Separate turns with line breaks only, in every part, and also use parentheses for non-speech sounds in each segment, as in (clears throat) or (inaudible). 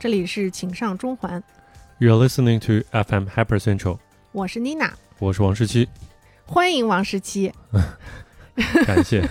这里是请上中环，
You're listening to FM Hyper Central，
我是妮娜，
我是王十
(laughs)
七，
欢迎王十七。
感谢。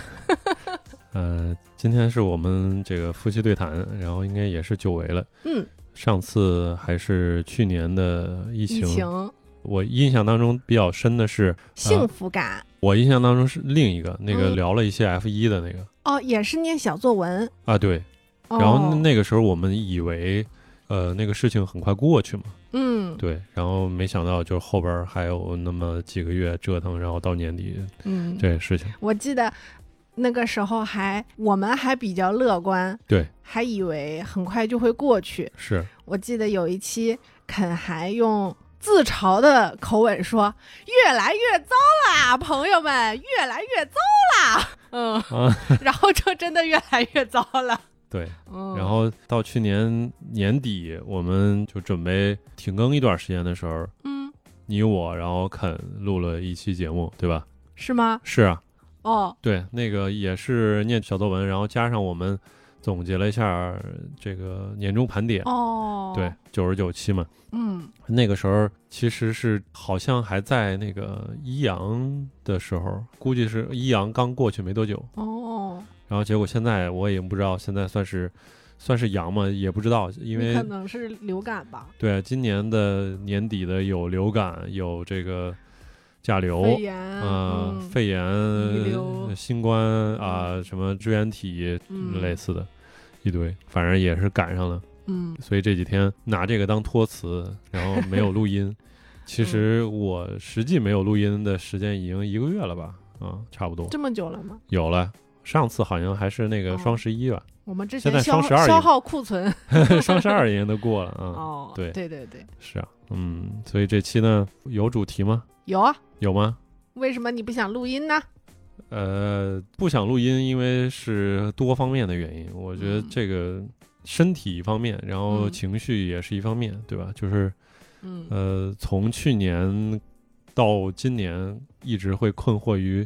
呃，今天是我们这个夫妻对谈，然后应该也是久违了。
嗯，
上次还是去年的疫
疫
情，
情
我印象当中比较深的是，
幸福感、
我印象当中是另一个那个
嗯
聊了一些 F 一的那个、
哦，也是念小作文。
啊，对。
哦、
然后那个时候我们以为，呃，那个事情很快过去嘛，
嗯
对。然后没想到就是后边儿还有那么几个月折腾，然后到年底
嗯，
这些事情。
我记得那个时候还我们还比较乐观，
对，
还以为很快就会过去。
是，
我记得有一期肯还用自嘲的口吻说：“越来越糟啦，朋友们，越来越糟啦。”嗯，
啊
(laughs) 然后就真的越来越糟了。
对。
嗯，
然后到去年年底，我们就准备停更一段时间的时候，
嗯，
你我然后肯录了一期节目，对吧？
是吗？
是啊，
哦，
对，那个也是念小作文，然后加上我们总结了一下这个年终盘点，
哦，
对，，九十九期嘛。
嗯
那个时候其实是好像还在那个呃一阳的时候，估计是一阳刚过去没多久，
哦，
然后结果现在我也不知道现在算是算是阳嘛，也不知道，
你
因为
可能是流感吧，
对，今年的年底的有流感，有这个甲
肺
流，
炎，
哦呃，
嗯，
肺炎、呃
遗留
新冠啊、什么支原体
嗯
类似的，一堆，反正也是赶上了。
嗯
所以这几天拿这个当托词，然后没有录音。
(laughs)
其实
嗯
我实际没有录音的时间已经一个月了吧，啊，差不多
这么久了吗？
有了。上次好像还是那个
哦
双十
(laughs)
一吧，
我们之
现
前
在
消
双十二
消
也
耗库存，
双十二已经都过了啊。
哦，
对
对对对，
是啊，嗯，所以这期呢有主题吗？
有啊。
有吗？
为什么你不想录音呢？
呃，不想录音，因为是多方面的原因。我觉得
嗯
这个身体一方面，然后
嗯
情绪也是一方面，对吧？就是
嗯，
呃，从去年到今年，一直会困惑于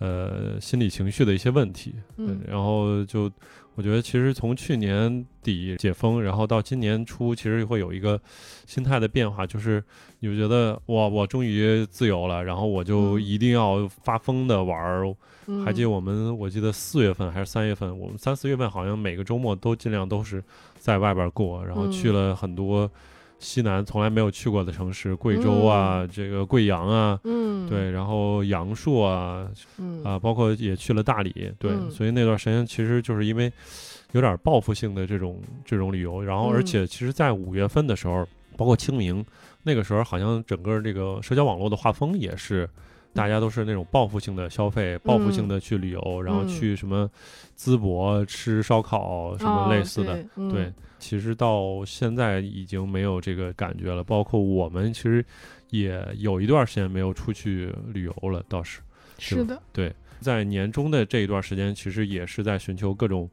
呃心理情绪的一些问题。
嗯
呃然后就我觉得，其实从去年底解封，然后到今年初，其实会有一个心态的变化，就是你会觉得哇，我终于自由了，然后我就
嗯
一定要发疯的玩儿。
嗯
还记得我们，我记得四月份还是三月份，我们三四月份好像每个周末都尽量都是在外边过，然后去
嗯
了很多西南从来没有去过的城市，贵州啊，这个贵阳啊，
嗯，
对，然后阳朔啊，
嗯，
啊，包括也去了大理，对，
嗯
所以那段时间其实就是因为有点报复性的这种这种旅游，然后而
嗯
且其实，在五月份的时候，包括清明那个时候，好像整个这个社交网络的画风也是。大家都是那种报复性的消费，报复性
嗯
的去旅游，然后
嗯
去什么淄博吃烧烤什么
哦
类似的，，对
对，
其实到现在已经没有这个感觉了。包括我们其实也有一段时间没有出去旅游了，倒是。
嗯是的，
在年终的这一段时间，其实也是在寻求各种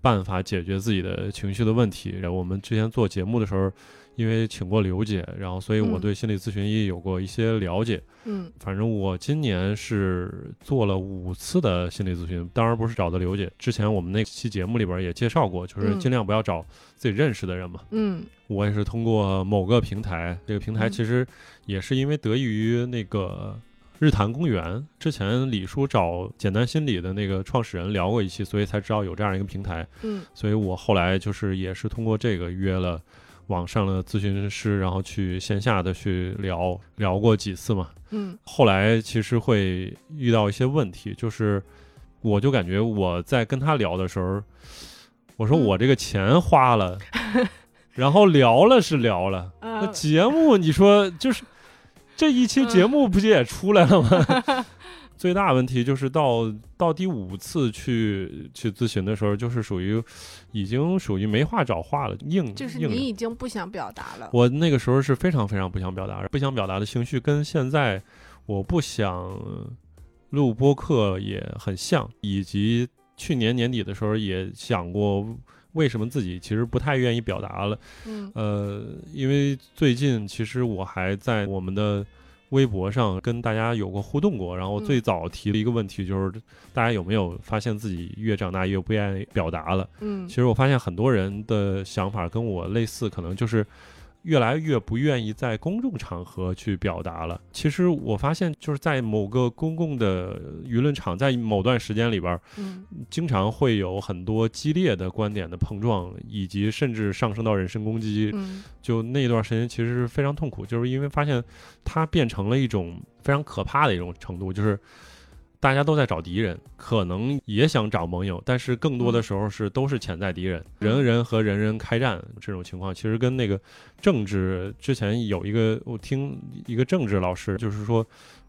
办法解决自己的情绪的问题。然后我们之前做节目的时候，因为请过刘姐，然后所以我
嗯
对心理咨询也有过一些了解。
嗯
反正我今年是做了五次的心理咨询，当然不是找的刘姐。之前我们那期节目里边也介绍过，就是
嗯
尽量不要找自己认识的人嘛。
嗯
我也是通过某个平台，这个平台
嗯
其实也是因为得益于那个日坛公园，之前李叔找简单心理的那个创始人聊过一期，所以才知道有这样一个平台。
嗯
所以我后来就是也是通过这个约了网上的咨询师，然后去线下的去聊聊过几次嘛。
嗯
后来其实会遇到一些问题，就是我就感觉我在跟他聊的时候，我说
嗯
我这个钱
(laughs)
花了，然后聊了是聊了，那
嗯，
节目你说就是这一期节目不就也出来了吗？
嗯
(laughs) 最大问题就是到到第五次去去咨询的时候，就是属于已经属于没话找话了，硬
就是
硬
你已经不想表达了，
我那个时候是非常非常不想表达，不想表达的情绪跟现在我不想录播客也很像，以及去年年底的时候也想过为什么自己其实不太愿意表达了。
嗯
呃，因为最近其实我还在我们的微博上跟大家有过互动过，然后
嗯
最早提了一个问题，就是大家有没有发现自己越长大越不愿意表达了？
嗯
其实我发现很多人的想法跟我类似，可能就是越来越不愿意在公众场合去表达了。其实我发现，就是在某个公共的舆论场，在某段时间里边儿，
嗯
经常会有很多激烈的观点的碰撞，以及甚至上升到人身攻击。
嗯
就那段时间其实是非常痛苦，就是因为发现它变成了一种非常可怕的一种程度，就是大家都在找敌人，可能也想找盟友，但是更多的时候是都是潜在敌人，
嗯
人人和人人开战这种情况，其实跟那个政治之前有一个我听一个政治老师就是说。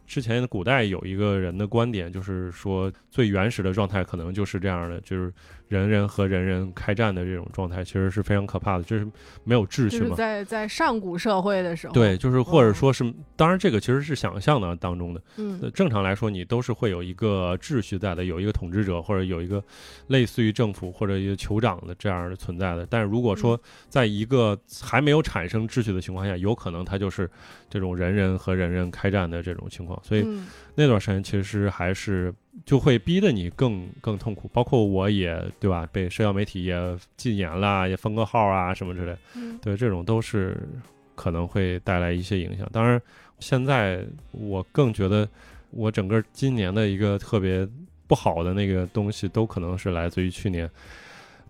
之前的古代有一个人的观点，就是说最原始的状态可能就是这样的，就是人人和人人开战的这种状态，其实是非常可怕的，这是没有秩
就
序
是
嘛。
在在上古社会的时候，
对，，就是或者说是，当然这个其实是想象的当中的。呃
嗯
正常来说，你都是会有一个秩序在的，有一个统治者或者有一个类似于政府或者一个酋长的这样的存在的。但是如果说在一个还没有产生秩序的情况下，有可能它就是这种人人和人人开战的这种情况。所以
嗯
那段时间其实还是就会逼得你更更痛苦。包括我也对吧，被社交媒体也禁言啦，也封个号啊什么之类的。
嗯
对，这种都是可能会带来一些影响。当然，现在我更觉得，我整个今年的一个特别不好的那个东西，都可能是来自于去年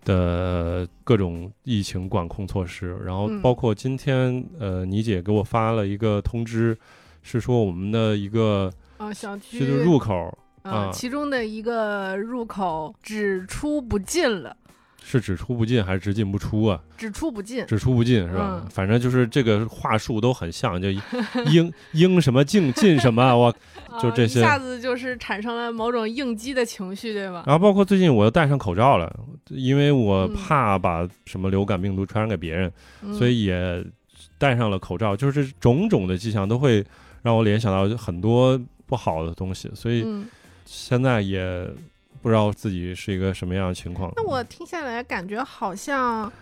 的各种疫情管控措施，然后
嗯
包括今天，呃，倪姐给我发了一个通知，是说我们的一个
啊，小区
这个入口
啊
啊，
其中的一个入口只出不进了，
是只出不进还是只进不出啊？
只出不进，
只出不进是吧？
嗯
反正就是这个话术都很像， (laughs) 就应应什么进进什么，我就
啊
这些
一下子就是产生了某种应激的情绪，对吧？
然后包括最近我又戴上口罩了，因为我
嗯
怕把什么流感病毒传染给别人，
嗯
所以也戴上了口罩。就是这种种的迹象都会让我联想到很多不好的东西，所以
嗯，
现在也不知道自己是一个什么样的情况。
那我听下来感觉好像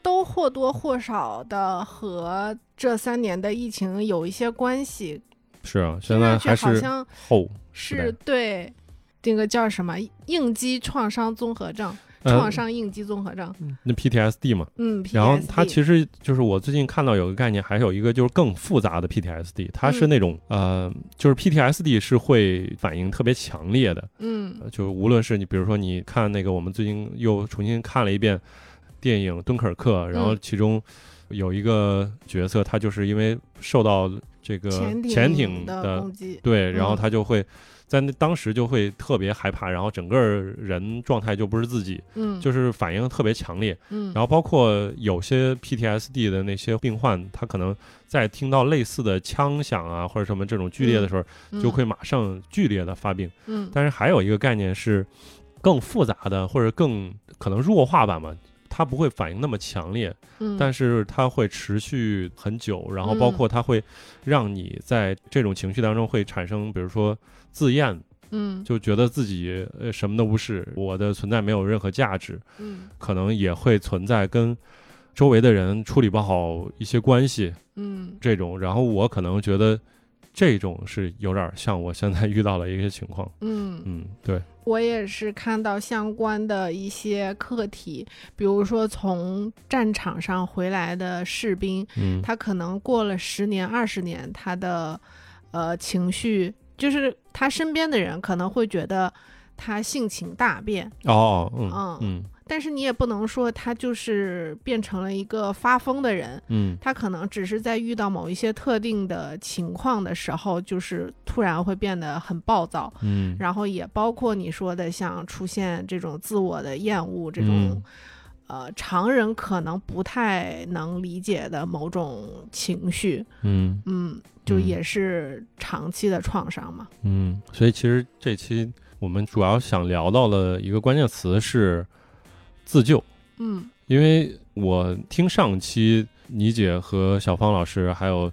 都或多或少的和这三年的疫情有一些关系，
是啊，
听
现
上
在
去
还
好
是
像
后时
是
代，
对这个叫什么应激创伤综合症，
嗯
创伤应激综合症，
那 PTSD 嘛。
嗯，
然后它
PTSD
其实就是我最近看到有个概念，还有一个就是更复杂的 PTSD，它是
嗯
那种、呃，就是 PTSD 是会反应特别强烈的，
嗯
呃就无论是你，比如说你看那个，我们最近又重新看了一遍电影《敦刻尔克》，然后
嗯
其中有一个角色，他就是因为受到这个
潜艇
潜艇
的
的
攻击，
对，然后
嗯
他就会在那当时就会特别害怕，然后整个人状态就不是自己，
嗯，
就是反应特别强烈。
嗯，
然后包括有些 PTSD 的那些病患，他可能在听到类似的枪响啊或者什么这种剧
嗯
烈的时候，
后
就会马上剧烈的发病。
嗯
但是还有一个概念是更复杂的，或者更可能弱化版嘛，它不会反应那么强烈，
嗯，
但
是
是它会持续很久，然后包括它会让你在这种情绪当中会产生，比如说自厌，
嗯
就觉得自己呃什么都不是，我的存在没有任何价值，
嗯
可能也会存在跟。周围的人处理不好一些关系，
嗯
这种，然后我可能觉得这种是有点像我现在遇到了一些情况，
嗯，
嗯，对，
我也是看到相关的一些课题，比如说从战场上回来的士兵，
嗯，
他可能过了十年、二十年，他的呃情绪，就是他身边的人可能会觉得他性情大变，
哦，
嗯
哦嗯
但是你也不能说他就是变成了一个发疯的人，
嗯
他可能只是在遇到某一些特定的情况的时候，就是突然会变得很暴躁，
嗯嗯，
然后也包括你说的像出现这种自我的厌恶这种。
嗯
呃，常人可能不太能理解的某种情绪，
嗯
嗯，就
嗯
也是长期的创伤嘛。
嗯，所以其实这期我们主要想聊到的一个关键词是自救，
嗯
因为我听上期倪姐和小芳老师还有。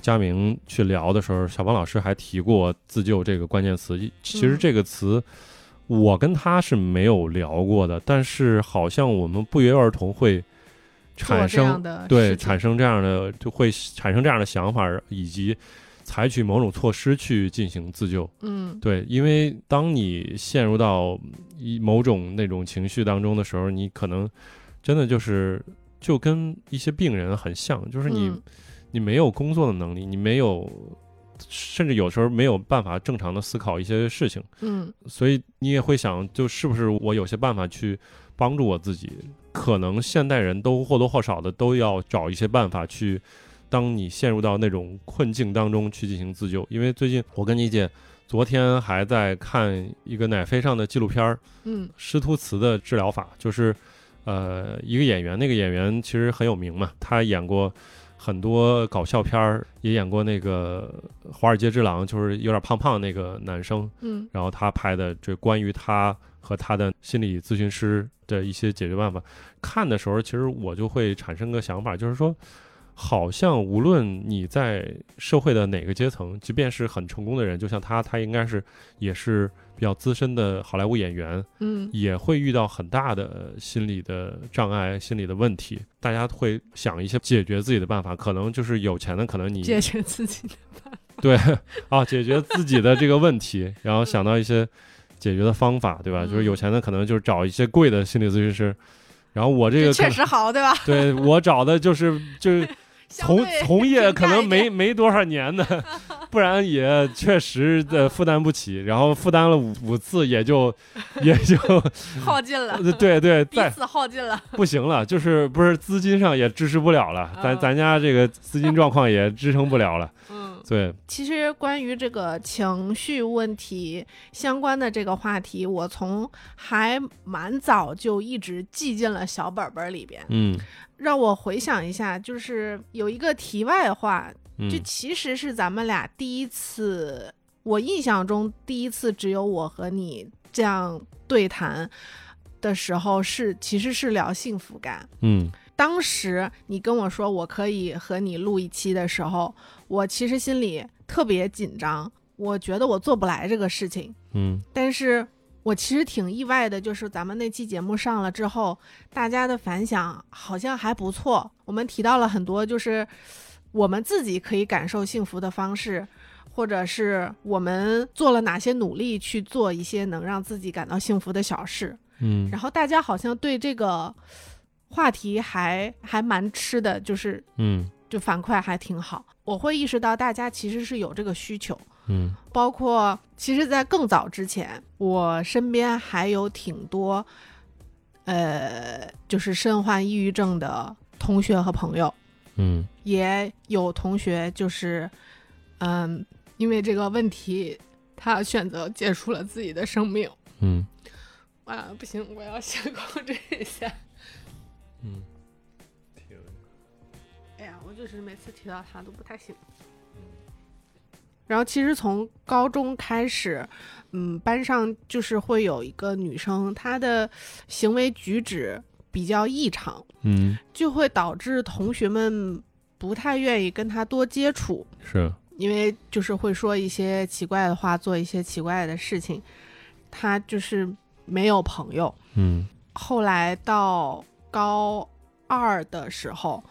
佳明去聊的时候，小芳老师还提过“自救”这个关键词。一其实
嗯
这个词，我跟他是没有聊过的，但是好像我们不约而同会
做
产
这
生
样的
对，
事情
产生这样的就会产生这样的想法，以及采取某种措施去进行自救。
嗯
对，因为当你陷入到一某种那种情绪当中的时候，你可能真的就是就跟一些病人很像，就是你、
嗯
你没有工作的能力，你没有，甚至有时候没有办法正常的思考一些事情，
嗯
所以你也会想，就是不是我有些办法去帮助我自己？可能现代人都或多或少的都要找一些办法去，当你陷入到那种困境当中去进行自救。因为最近我跟你姐昨天还在看一个奶飞上的纪录片儿，
嗯
师徒词的治疗法，就是呃一个演员，那个演员其实很有名嘛，他演过很多搞笑片儿，也演过那个《华尔街之狼》，就是有点胖胖那个男生，
嗯
然后他拍的这关于他和他的心理咨询师的一些解决办法。看的时候，其实我就会产生个想法，就是说，好像无论你在社会的哪个阶层，即便是很成功的人，就像他，他应该是也是比较资深的好莱坞演员，
嗯
也会遇到很大的心理的障碍、心理的问题。大家会想一些解决自己的办法，可能就是有钱的，可能你
解决自己的 (laughs)
对啊，解决自己的这个问题，然后想到一些解决的方法，对吧？就是有
嗯
钱的可能就是找一些贵的心理咨询师，然后我这
这
个可
确
能
实好，对吧？
对我找的就是就是
(laughs) 相
从
对
从业
平
可
价
能
一
没
点
没多少年的，不然也确
嗯
实的负担不起，然后负担了五五次
(laughs)
也就也就
耗尽了，
对对
彼
再
此耗尽了。
不行了，就是不是资金上也支持不了了，咱
嗯
咱家这个资金状况也支撑不了了，
嗯，
对，
其实关于这个情绪问题相关的这个话题，我从还蛮早就一直记进了小本本里边。
嗯
让我回想一下，就是有一个题外话，
嗯
这其实是咱们俩第一次，我印象中第一次只有我和你这样对谈的时候是，其实是聊幸福感。
嗯
当时你跟我说我可以和你录一期的时候，我其实心里特别紧张，我觉得我做不来这个事情。
嗯
但是我其实挺意外的，就是咱们那期节目上了之后，大家的反响好像还不错。我们提到了很多，就是我们自己可以感受幸福的方式，或者是我们做了哪些努力去做一些能让自己感到幸福的小事。
嗯
然后大家好像对这个话题还还蛮吃的，就是
嗯
就反馈还挺好。我会意识到大家其实是有这个需求。
嗯
包括其实，在更早之前，我身边还有挺多，呃，就是身患抑郁症的同学和朋友，
嗯
也有同学就是，嗯，因为这个问题，他选择结束了自己的生命。
嗯
啊，不行，我要先 (laughs) 控制一下。
嗯，
哎呀，我就是每次提到他都不太行。嗯然后其实从高中开始，嗯，班上就是会有一个女生，她的行为举止比较异常，
嗯，
就会导致同学们不太愿意跟她多接触，
是，
因为就是会说一些奇怪的话，做一些奇怪的事情。她就是没有朋友，
嗯
后来到高二的时候，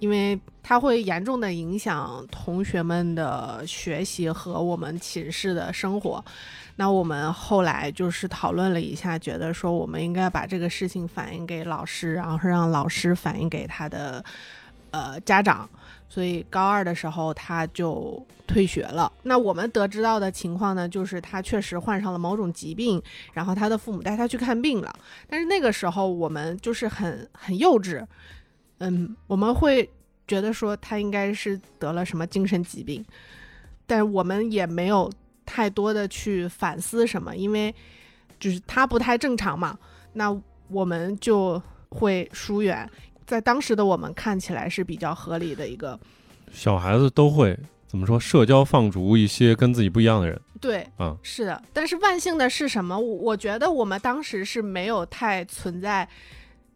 因为它会严重的影响同学们的学习和我们寝室的生活，那我们后来就是讨论了一下，觉得说我们应该把这个事情反映给老师，然后让老师反映给他的呃家长。所以高二的时候他就退学了。那我们得知到的情况呢，就是他确实患上了某种疾病，然后他的父母带他去看病了。但是那个时候我们就是很很幼稚，嗯，我们会觉得说他应该是得了什么精神疾病，但我们也没有太多的去反思什么，因为就是他不太正常嘛，那我们就会疏远。在当时的我们看起来是比较合理的一个
小孩子都会怎么说？社交放逐一些跟自己不一样的人，
对，
嗯
是的。但是万幸的是什么？我我觉得我们当时是没有太存在，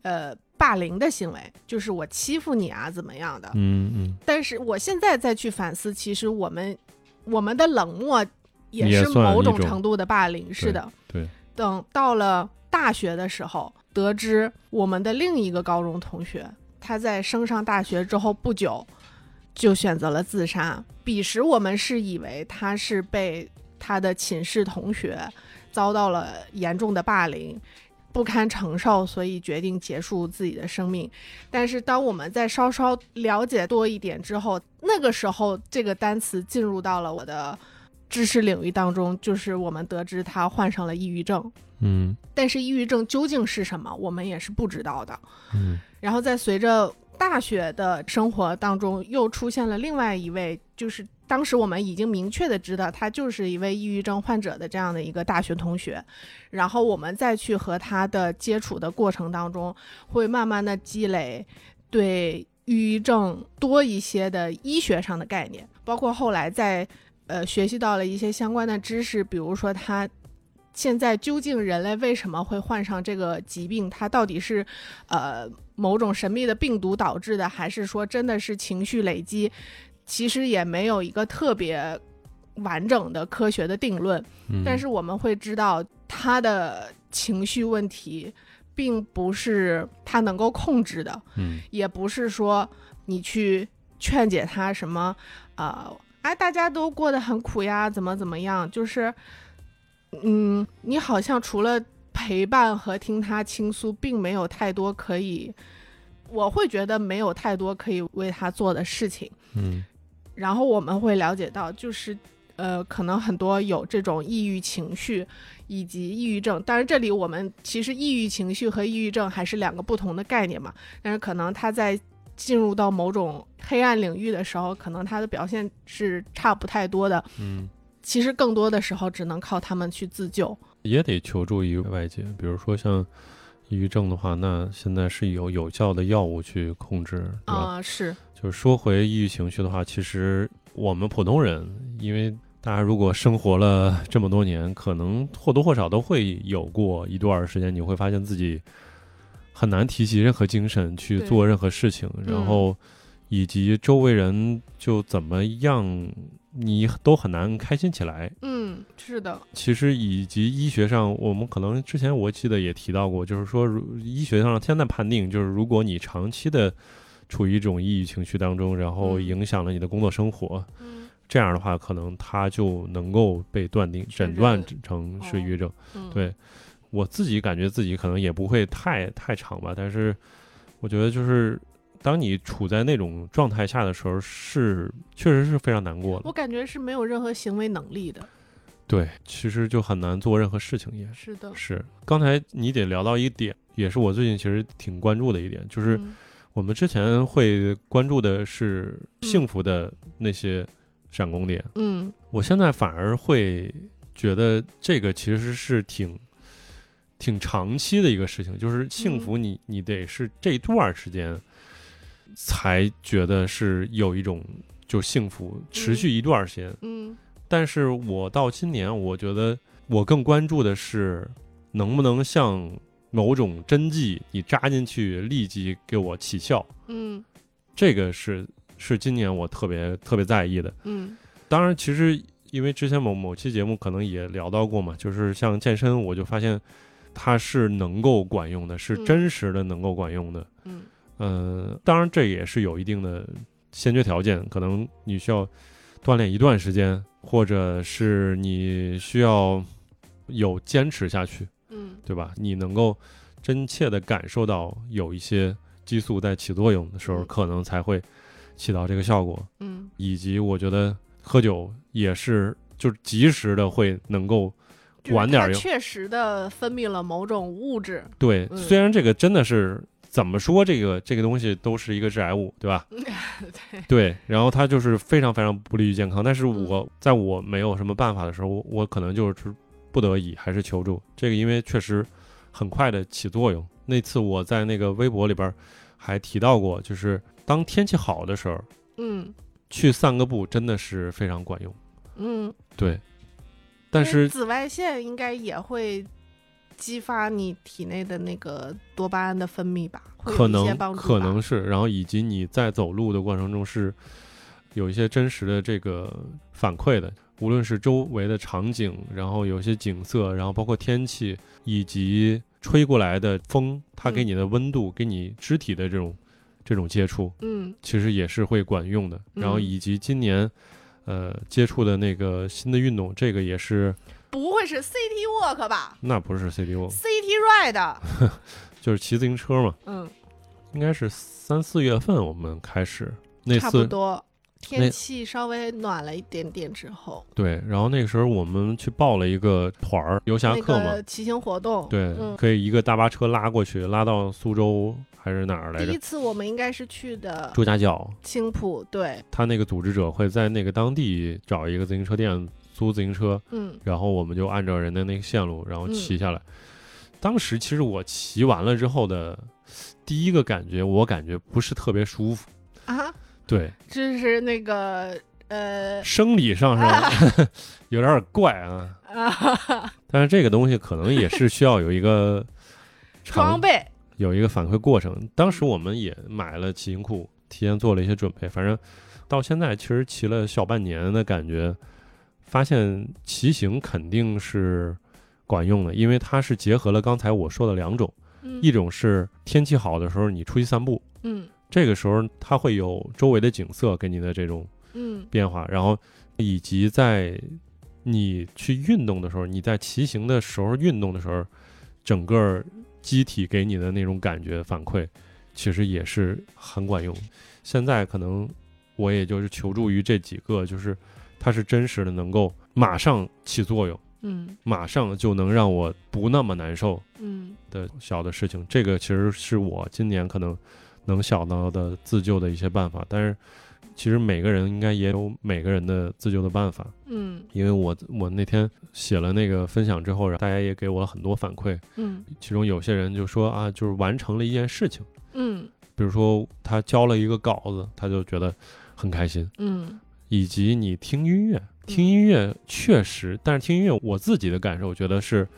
呃，霸凌的行为，就是我欺负你啊，怎么样的。
嗯嗯，
但是我现在再去反思，其实我们我们的冷漠也
也
是
算
某
一
种
种
程度的霸凌，是的。
对，
等到了大学的时候，得知我们的另一个高中同学，他在升上大学之后不久，就选择了自杀。彼时我们是以为他是被他的寝室同学遭到了严重的霸凌，不堪承受，所以决定结束自己的生命。但是当我们在稍稍了解多一点之后，那个时候这个单词进入到了我的知识领域当中，就是我们得知他患上了抑郁症。
嗯
但是抑郁症究竟是什么，我们也是不知道的。
嗯
然后在随着大学的生活当中，又出现了另外一位，就是当时我们已经明确的知道他就是一位抑郁症患者的这样的一个大学同学，然后我们再去和他的接触的过程当中，会慢慢的积累对抑郁症多一些的医学上的概念，包括后来在呃学习到了一些相关的知识，比如说他。现在究竟人类为什么会患上这个疾病？它到底是，呃，某种神秘的病毒导致的，还是说真的是情绪累积？其实也没有一个特别完整的科学的定论，
嗯，
但是我们会知道他的情绪问题并不是他能够控制的，
嗯
也不是说你去劝解他什么，啊，哎，大家都过得很苦呀，怎么怎么样，就是，嗯，你好像除了陪伴和听他倾诉，并没有太多可以，我会觉得没有太多可以为他做的事情。
嗯
然后我们会了解到，就是呃，可能很多有这种抑郁情绪以及抑郁症。当然，这里我们其实抑郁情绪和抑郁症还是两个不同的概念嘛。但是可能他在进入到某种黑暗领域的时候，可能他的表现是差不太多的。
嗯，
其实更多的时候只能靠他们去自救。
也得求助于外界，比如说像抑郁症的话，那现在是有有效的药物去控制，对吧？
啊、是，
就是说回抑郁情绪的话，其实我们普通人，因为大家如果生活了这么多年，可能或多或少都会有过一段时间，你会发现自己很难提起任何精神去
对
做任何事情，然后以及周围人就怎么样，你都很难开心起来。
嗯，是的，
其实以及医学上，我们可能之前我记得也提到过，就是说如医学上现在判定，就是如果你长期的处于一种抑郁情绪当中，然后
嗯
影响了你的工作生活，
嗯
这样的话，可能他就能够被断定
是
诊
这
断
个
成是抑郁症。
嗯，
对我自己感觉自己可能也不会太太长吧，但是我觉得就是当你处在那种状态下的时候，是确实是非常难过的
我。感觉是没有任何行为能力的。
对，其实就很难做任何事情也。
是的，
是，刚才你得聊到一点，也是我最近其实挺关注的一点，就是
嗯
我们之前会关注的是
嗯
幸福的那些闪光点，
嗯
我现在反而会觉得这个其实是挺挺长期的一个事情，就是幸
嗯
福你，你得是这段儿时间才觉得是有一种就幸福持续一段儿时间，
嗯
但是我到今年，我觉得我更关注的是能不能像某种针剂，你扎进去立即给我起效，
嗯
这个是是今年我特别特别在意的。
嗯
当然，其实因为之前某某期节目可能也聊到过嘛，就是像健身，我就发现它是能够管用的，是
嗯
真实的能够管用的。
嗯
嗯，当然这也是有一定的先决条件，可能你需要锻炼一段时间，或者是你需要有坚持下去，
嗯
对吧？你能够真切的感受到有一些激素在起作用的时候，
嗯
可能才会起到这个效果。
嗯
以及我觉得喝酒也是，就是及时的会能够
就是
晚点
它
儿用
确实的分泌了某种物质，
对。
嗯
虽然这个真的是怎么说，这个这个东西都是一个致癌物，对吧？
对，
对，然后它就是非常非常不利于健康。但是我在我没有什么办法的时候，我我可能就是不得已还是求助这个，因为确实很快的起作用。那次我在那个微博里边儿还提到过，就是当天气好的时候
嗯
去散个步真的是非常管用。
嗯，
对，但
因为
是
紫外线应该也会激发你体内的那个多巴胺的分泌吧，会有
可
一些
能
帮助吧
可能是，然后以及你在走路的过程中是有一些真实的这个反馈的，无论是周围的场景，然后有一些景色，然后包括天气以及吹过来的风，它给
嗯
你的温度，给你肢体的这种这种接触，
嗯
其实也是会管用的。然后
嗯
以及今年，呃，接触的那个新的运动，这个也是，
不会是 City Walk 吧
那不是 CD Walk，
？City Ride，
就是骑自行车嘛，
嗯，
应该是三四月份我们开始那
差不
次，
多。
那
天气稍微暖了一点点之后，
对，然后那个时候我们去报了一个团儿，游侠
那
客嘛
个，骑行活动，
对，
嗯，
可以一个大巴车拉过去，拉到苏州还是哪儿来
第
着
一？次我们应该是去的
朱家角，
青浦，对，
他那个组织者会在那个当地找一个自行车店租自行车，
嗯
然后我们就按照人的那个线路，然后
嗯
骑下来。当时其实我骑完了之后的第一个感觉，我感觉不是特别舒服，
啊， (laughs)
对，
这是那个呃
生理上是
(laughs)
有点怪啊。
啊
但是这个东西可能也是需要有一个长
装备，
有一个反馈过程。当时我们也买了骑行裤，提前做了一些准备。反正到现在其实骑了小半年的感觉，发现骑行肯定是管用的，因为它是结合了刚才我说的两种，
嗯
一种是天气好的时候你出去散步，
嗯
这个时候它会有周围的景色给你的这种
嗯
变化，然后以及在你去运动的时候，你在骑行的时候运动的时候，整个机体给你的那种感觉反馈，其实也是很管用。现在可能我也就是求助于这几个，就是它是真实的，能够马上起作用，
嗯
马上就能让我不那么难受
嗯
的小的事情。这个其实是我今年可能能想到的自救的一些办法，但是其实每个人应该也有每个人的自救的办法。
嗯
因为我我那天写了那个分享之后，然后大家也给我很多反馈，
嗯
其中有些人就说啊，就是完成了一件事情，
嗯
比如说他交了一个稿子，他就觉得很开心，
嗯
以及你听音乐，听音乐确实，但是听音乐我自己的感受，我觉得是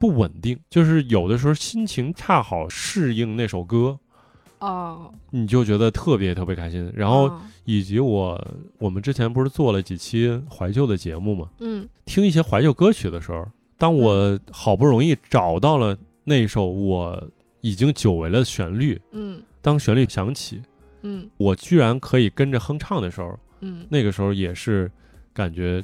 不稳定，就是有的时候心情恰好适应那首歌，
哦，
你就觉得特别特别开心。然
啊
后以及我我们之前不是做了几期怀旧的节目嘛，
嗯
听一些怀旧歌曲的时候，当我好不容易找到了那首我已经久违了的旋律，
嗯
当旋律响起，
嗯
我居然可以跟着哼唱的时候。
嗯
那个时候也是感觉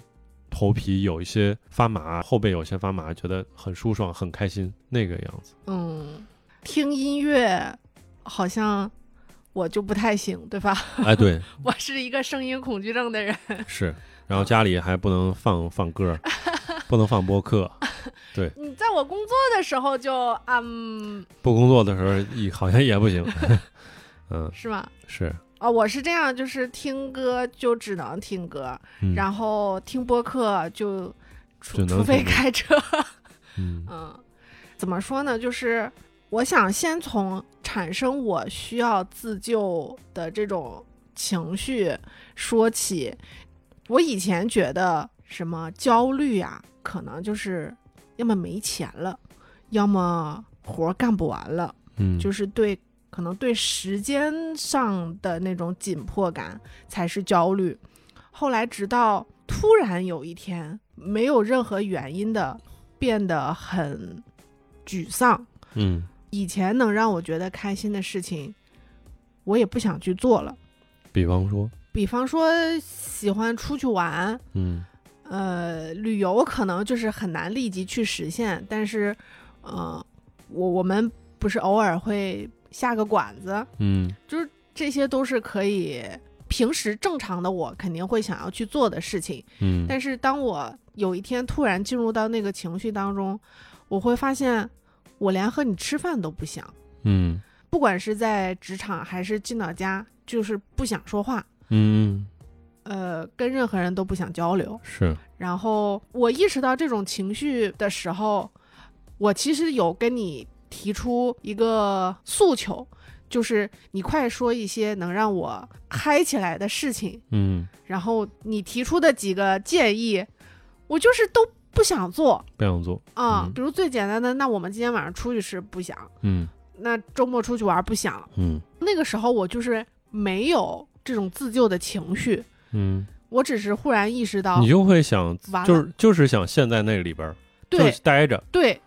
头皮有一些发麻，后背有些发麻，觉得很舒爽、很开心那个样子。
嗯，听音乐好像我就不太行，对吧？
(laughs)
(laughs)
哎，对，
我是一个声音恐惧症的人，
是。然后家里还不能放 (laughs) 放歌，不能放播客。
你在我工作的时候就嗯，
不工作的时候也好像也不行。 (laughs) 嗯，
是吗？
是。
哦，我是这样，就是听歌就只能听歌，
嗯，
然后听播客就除
只能
除非
听歌
开
(laughs)
车。
嗯
嗯，怎么说呢？就是我想先从产生我需要自救的这种情绪说起。我以前觉得什么焦虑啊，可能就是要么没钱了，要么活儿干不完了，
嗯，
就是是对可能对时间上的那种紧迫感才是焦虑。后来直到突然有一天，没有任何原因的变得很沮丧。
嗯
以前能让我觉得开心的事情，我也不想去做了。
比方说，
比方说喜欢出去玩，
嗯
呃，旅游可能就是很难立即去实现，但是，呃，我我们不是偶尔会下个馆子，
嗯
这些都是可以平时正常的我肯定会想要去做的事情。
嗯，
但是当我有一天突然进入到那个情绪当中，我会发现我连和你吃饭都不想，
嗯
不管是在职场还是进到家，就是不想说话，
嗯
呃，跟任何人都不想交流。
是，
然后我意识到这种情绪的时候，我其实有跟你提出一个诉求，就是你快说一些能让我嗨起来的事情。
嗯，
然后你提出的几个建议，我就是都不想做
不想做。
啊、
嗯
比如最简单的，那我们今天晚上出去吃不想，
嗯
那周末出去玩不想。
嗯
那个时候我就是没有这种自救的情绪，
嗯，
我只是忽然意识到
你，就会想
完了，
就是就是想陷在那里边儿，就
对
是待着。
对，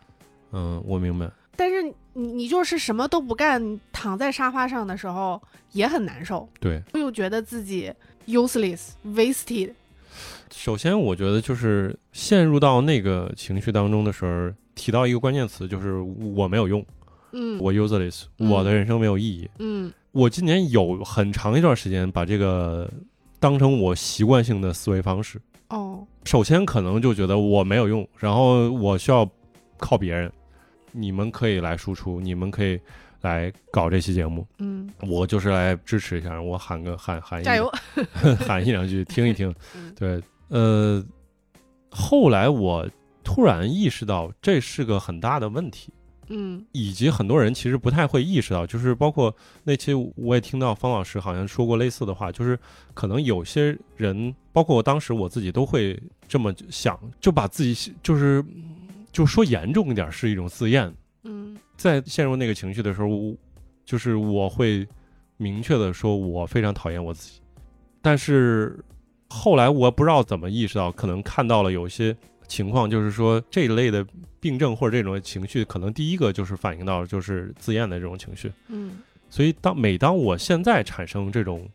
嗯，我明白。
但是你你就是什么都不干，躺在沙发上的时候也很难受，
对，
又觉得自己 useless wasted。
首先我觉得就是陷入到那个情绪当中的时候，提到一个关键词就是我没有用，
嗯，
我 useless，、
嗯
我的人生没有意义。
嗯
我今年有很长一段时间把这个当成我习惯性的思维方式。
哦
首先可能就觉得我没有用，然后我需要靠别人，你们可以来输出，你们可以来搞这期节目，
嗯，
我就是来支持一下，我喊个喊喊一 (laughs)
加油！
喊一两句，听一听
嗯。
对，呃，后来我突然意识到这是个很大的问题，
嗯
以及很多人其实不太会意识到，就是包括那期我也听到方老师好像说过类似的话，就是可能有些人，包括我当时我自己都会这么想，就把自己就是就说严重一点是一种自厌，
嗯
在陷入那个情绪的时候，我就是我会明确的说，我非常讨厌我自己。但是后来我不知道怎么意识到，可能看到了有些情况，就是说这一类的病症或者这种情绪，可能第一个就是反映到就是自厌的这种情绪。
嗯
所以当每当我现在产生这种，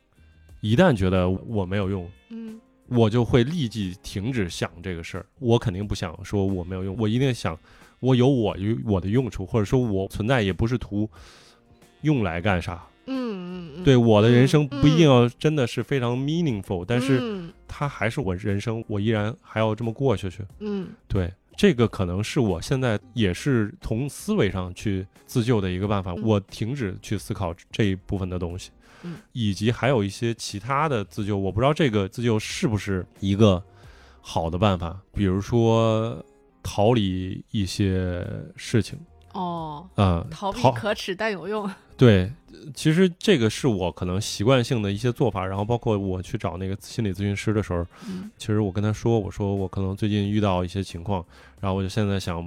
一旦觉得我没有用，
嗯
我就会立即停止想这个事儿。我肯定不想说我没有用，我一定想我有我有我的用处，或者说我存在也不是图用来干啥。
嗯嗯，嗯
对，我的人生
嗯
不一定要真的是非常 meaningful，、但是
嗯
它还是我人生，我依然还要这么过下去。
嗯
对，这个可能是我现在也是从思维上去自救的一个办法。
嗯
我停止去思考这一部分的东西，
嗯
以及还有一些其他的自救。我不知道这个自救是不是一个好的办法，比如说逃离一些事情
哦，
啊、
逃避
逃
可耻但有
(laughs)
用。
对，呃其实这个是我可能习惯性的一些做法，然后包括我去找那个心理咨询师的时候，
嗯
其实我跟他说，我说我可能最近遇到一些情况，然后我就现在想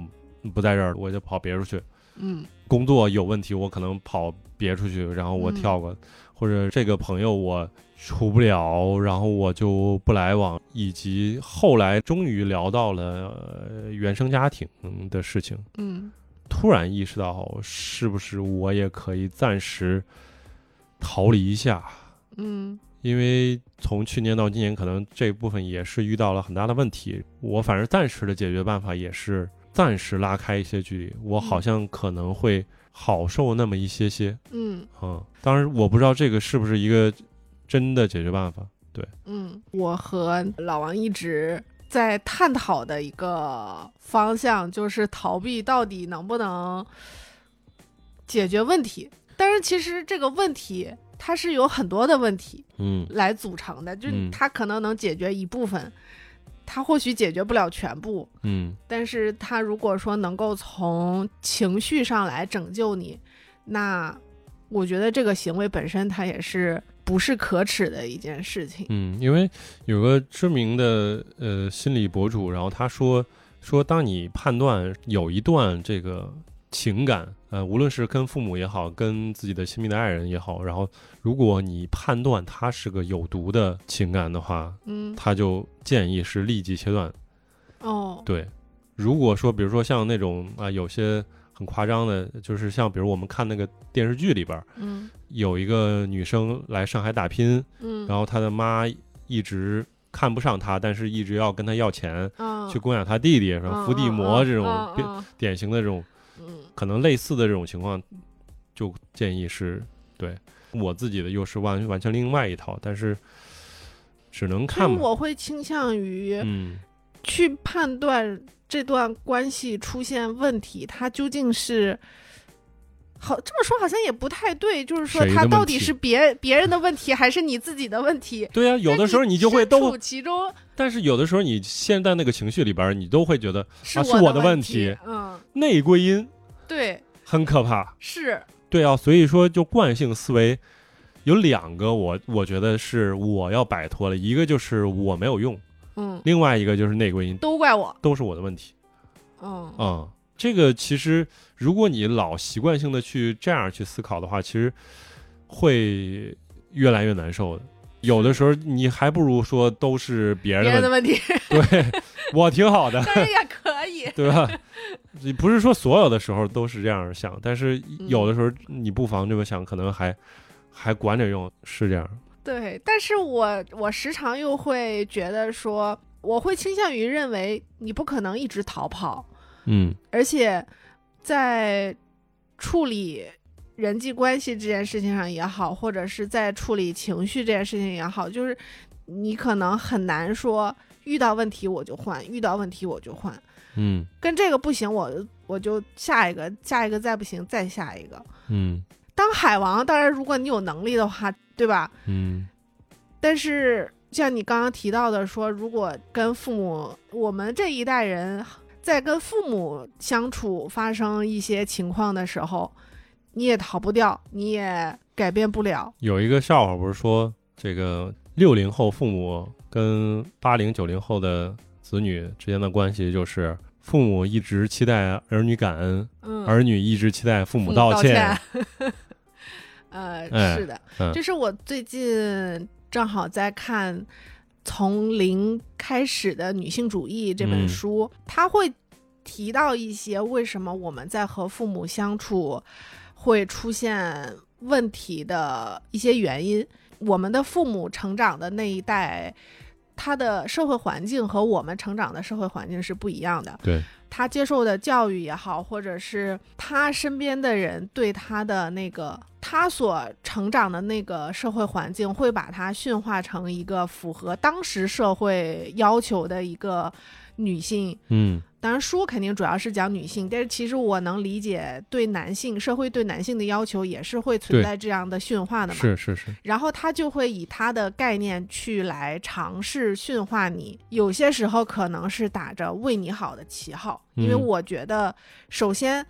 不在这儿了，我就跑别处去。
嗯
工作有问题，我可能跑别处去，然后我
嗯
跳过，或者这个朋友我处不了，然后我就不来往，以及后来终于聊到了、呃原生家庭的事情，
嗯
突然意识到，是不是我也可以暂时逃离一下？
嗯
因为从去年到今年，可能这部分也是遇到了很大的问题。我反正暂时的解决办法也是暂时拉开一些距离，我好像可能会好受那么一些些。
嗯
嗯，当然我不知道这个是不是一个真的解决办法。
嗯，我和老王一直在探讨的一个方向就是逃避到底能不能解决问题，但是其实这个问题它是有很多的问题，
嗯
来组成的，就是
嗯
它可能能解决一部分，它或许解决不了全部，
嗯
但是它如果说能够从情绪上来拯救你，那我觉得这个行为本身它也是不是可耻的一件事情。
嗯，因为有个知名的呃心理博主，然后他说说，当你判断有一段这个情感，呃，无论是跟父母也好，跟自己的亲密的爱人也好，然后如果你判断它是个有毒的情感的话，
嗯，
他就建议是立即切断。
哦，
对，如果说比如说像那种啊、有些很夸张的，就是像比如我们看那个电视剧里边儿
嗯
有一个女生来上海打拼，
嗯，
然后他的妈一直看不上他，但是一直要跟他要钱，
嗯
去供养他弟弟，然后
嗯
伏地
嗯
魔
嗯
这种
嗯
典
嗯
典型的这种
嗯
可能类似的这种情况，就建议是对我自己的又是完完全另外一套，但是只能
所
看
以
吧，
我会倾向于
嗯
去判断这段关系出现问题，它究竟是好这么说好像也不太对，就是说
谁的
它
问
到底
题
是别别人的问题还是你自己的问题？
对呀、有的时候你就会
身
都
处，其中
但是有的时候你陷在那个情绪里边儿，你都会觉得
是
啊
我
是我的
问
问题
嗯，
内归因
对，
很可怕，
是
对啊，所以说就惯性思维有两个我，我觉得是我要摆脱了，一个就是我没有用，
嗯，
另外一个就是内归因，
都怪我，
都是我的问题
嗯
啊、这个其实如果你老习惯性的去这样去思考的话，其实会越来越难受的。有的时候你还不如说都是别
别
人的
人的
(laughs) 问
问题，
题，对我挺好的，
但是也可以，
对吧？ (laughs) 你不是说所有的时候都是这样想，但是
嗯
有的时候你不妨这么想，可能还还管着用，是这样。
对，但是我我时常又会觉得说，我会倾向于认为你不可能一直逃跑，
嗯
而且在处理人际关系这件事情上也好，或者是在处理情绪这件事情也好，就是你可能很难说遇到问题我就换，遇到问题我就换，
嗯
跟这个不行我我就下一个，下一个再不行再下一个。
嗯
当海王，当然如果你有能力的话，对吧？
嗯
但是像你刚刚提到的说，如果跟父母，我们这一代人在跟父母相处发生一些情况的时候，你也逃不掉，你也改变不了。
有一个笑话不是说这个六零后父母跟八零九零后的子女之间的关系就是。父母一直期待儿女感恩，
嗯，
儿女一直期待
父
父母
母
道
道
歉。
(laughs) 呃，
哎
是的，
嗯
这是我最近正好在看《从零开始的女性主义》这本
嗯
书，它会提到一些为什么我们在和父母相处会出现问题的一些原因。我们的父母成长的那一代，他的社会环境和我们成长的社会环境是不一样的。
对，
他接受的教育也好，或者是他身边的人对他的那个他所成长的那个社会环境，会把他驯化成一个符合当时社会要求的一个女性。
嗯
当然，书肯定主要是讲女性，但是其实我能理解，对男性社会对男性的要求也是会存
对
在这样的驯化的嘛。
是是是，
然后他就会以他的概念去来尝试驯化你，有些时候可能是打着为你好的旗号，因为
嗯
我觉得，首先。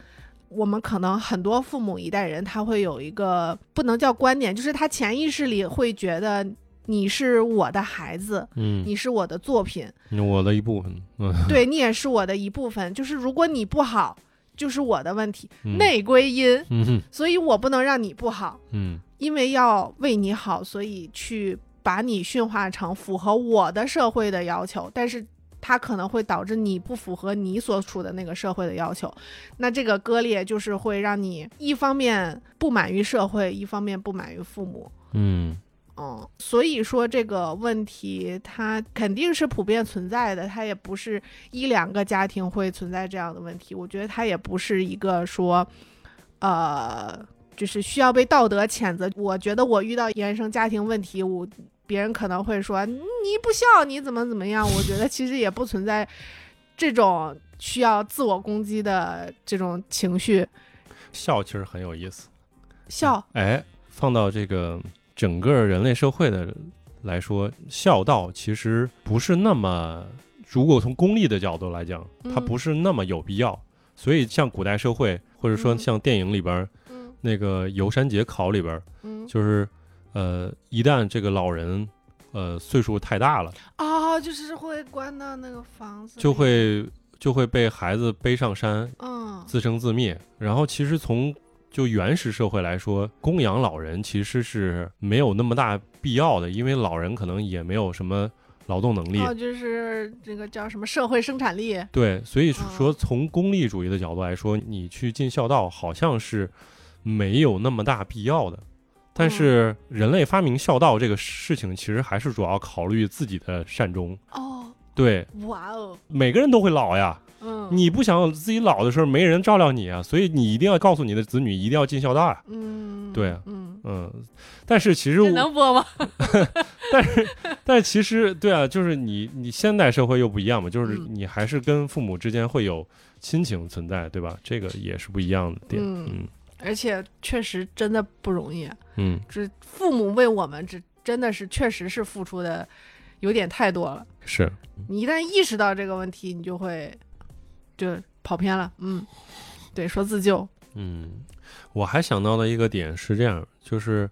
我们可能很多父母一代人，他会有一个不能叫观点，就是他潜意识里会觉得你是我的孩子，
嗯，
你是我的作品，
我的一部分， (laughs) 嗯，
对你也是我的一部分。就是如果你不好，就是我的问题，
嗯
内归因，
嗯哼
所以我不能让你不好。
嗯
因为要为你好，所以去把你驯化成符合我的社会的要求，但是它可能会导致你不符合你所处的那个社会的要求，那这个割裂就是会让你一方面不满于社会，一方面不满于父母。
嗯
嗯，所以说这个问题它肯定是普遍存在的，它也不是一两个家庭会存在这样的问题。我觉得它也不是一个说，呃，就是需要被道德谴责。我觉得我遇到原生家庭问题，我别人可能会说嗯你不孝，你怎么怎么样。我觉得其实也不存在这种需要自我攻击的这种情绪。
笑其实很有意思。
孝，
哎，放到这个整个人类社会的来说，孝道其实不是那么，如果从功利的角度来讲，它
嗯
不是那么有必要。所以像古代社会，或者说
嗯
像电影里边儿、
嗯
那个《游山节考》里边儿，
嗯，
就是呃，一旦这个老人呃岁数太大了，
哦，就是会关到那个房子里，
就会就会被孩子背上山，
嗯。
自生自灭。然后其实从就原始社会来说，供养老人其实是没有那么大必要的，因为老人可能也没有什么劳动能力。
哦，就是这个叫什么社会生产力，
对，所以说
嗯
从功利主义的角度来说，你去尽孝道好像是没有那么大必要的。
嗯
但是人类发明孝道这个事情，其实还是主要考虑自己的善终。
哦，
对，
哇哦，
每个人都会老呀，
嗯，
你不想自己老的时候没人照料你啊，所以你一定要告诉你的子女一定要尽孝道啊。
嗯，
对啊
嗯，
嗯，但是其实
这
我，
能播吗？
但是但是其实对啊，就是你你现代社会又不一样嘛，就是
嗯
你还是跟父母之间会有亲情存在，对吧？这个也是不一样的点。
嗯
嗯
(laughs) 而且确实真的不容易，
嗯，
这父母为我们这真的是确实是付出的有点太多了。
是
你一旦意识到这个问题，你就会就跑偏了。嗯，对，说自救，
嗯，我还想到的一个点是这样，就是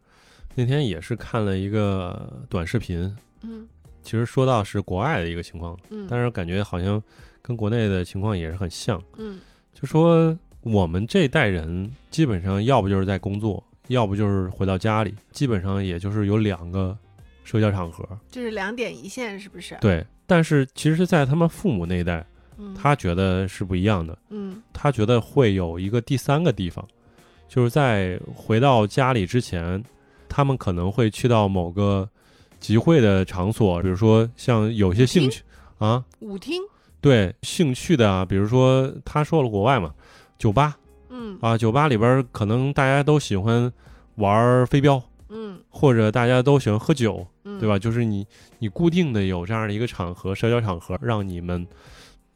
那天也是看了一个短视频，
嗯
其实说到是国外的一个情况，
嗯，
但是感觉好像跟国内的情况也是很像。
嗯
就说我们这代人基本上要不就是在工作，要不就是回到家里，基本上也就是有两个社交场合。
就是两点一线，是不是？
对，但是其实，在他们父母那一代，
嗯
他觉得是不一样的。
嗯
他觉得会有一个第三个地方，就是在回到家里之前，他们可能会去到某个集会的场所，比如说像有些兴趣啊，
嗯舞厅，
对兴趣的啊，比如说他说了国外嘛，酒吧
嗯
啊，酒吧里边儿可能大家都喜欢玩飞镖，
嗯
或者大家都喜欢喝酒，
嗯，
对吧？？就是你你固定的有这样的一个场合，社交场合，让你们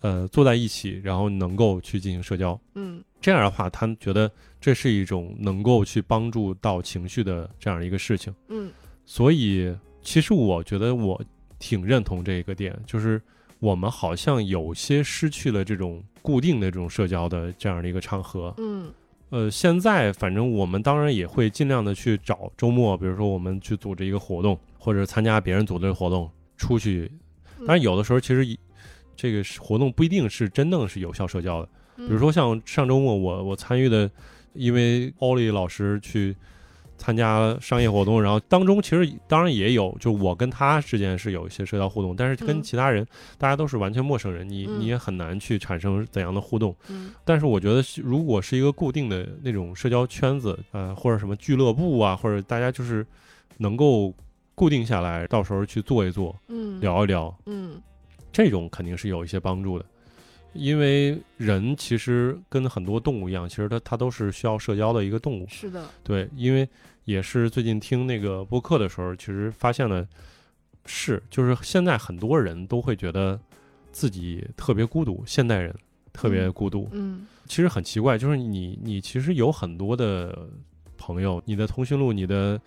呃坐在一起，然后能够去进行社交。
嗯
这样的话，他觉得这是一种能够去帮助到情绪的这样一个事情。
嗯
所以，其实我觉得我挺认同这个点，就是我们好像有些失去了这种固定的这种社交的这样的一个场合。
嗯
呃，现在反正我们当然也会尽量的去找周末，比如说我们去组织一个活动，或者参加别人组织的活动，出去。
嗯
当然，有的时候其实一这个是活动不一定是真正是有效社交的。
比
比如，说像上周末我我参与的，因为欧丽老师去参加商业活动，然后当中其实当然也有，就我跟他之间是有一些社交互动，但是跟
嗯
其他人、大家都是完全陌生人，你
嗯
你也很难去产生怎样的互动。
嗯
但是我觉得是如果是一个固定的那种社交圈子，呃，或者什么俱乐部啊，或者大家就是能够固定下来，到时候去坐一坐，
嗯，
聊一聊，
嗯
这种肯定是有一些帮助的，因为人其实跟很多动物一样，其实它它都是需要社交的一个动物。
是的，
对，因为也是最近听那个播客的时候，其实发现了是，就是现在很多人都会觉得自己特别孤独，现代人特别
嗯
孤独。
嗯
其实很奇怪，就是你你其实有很多的朋友，你的通讯录、你的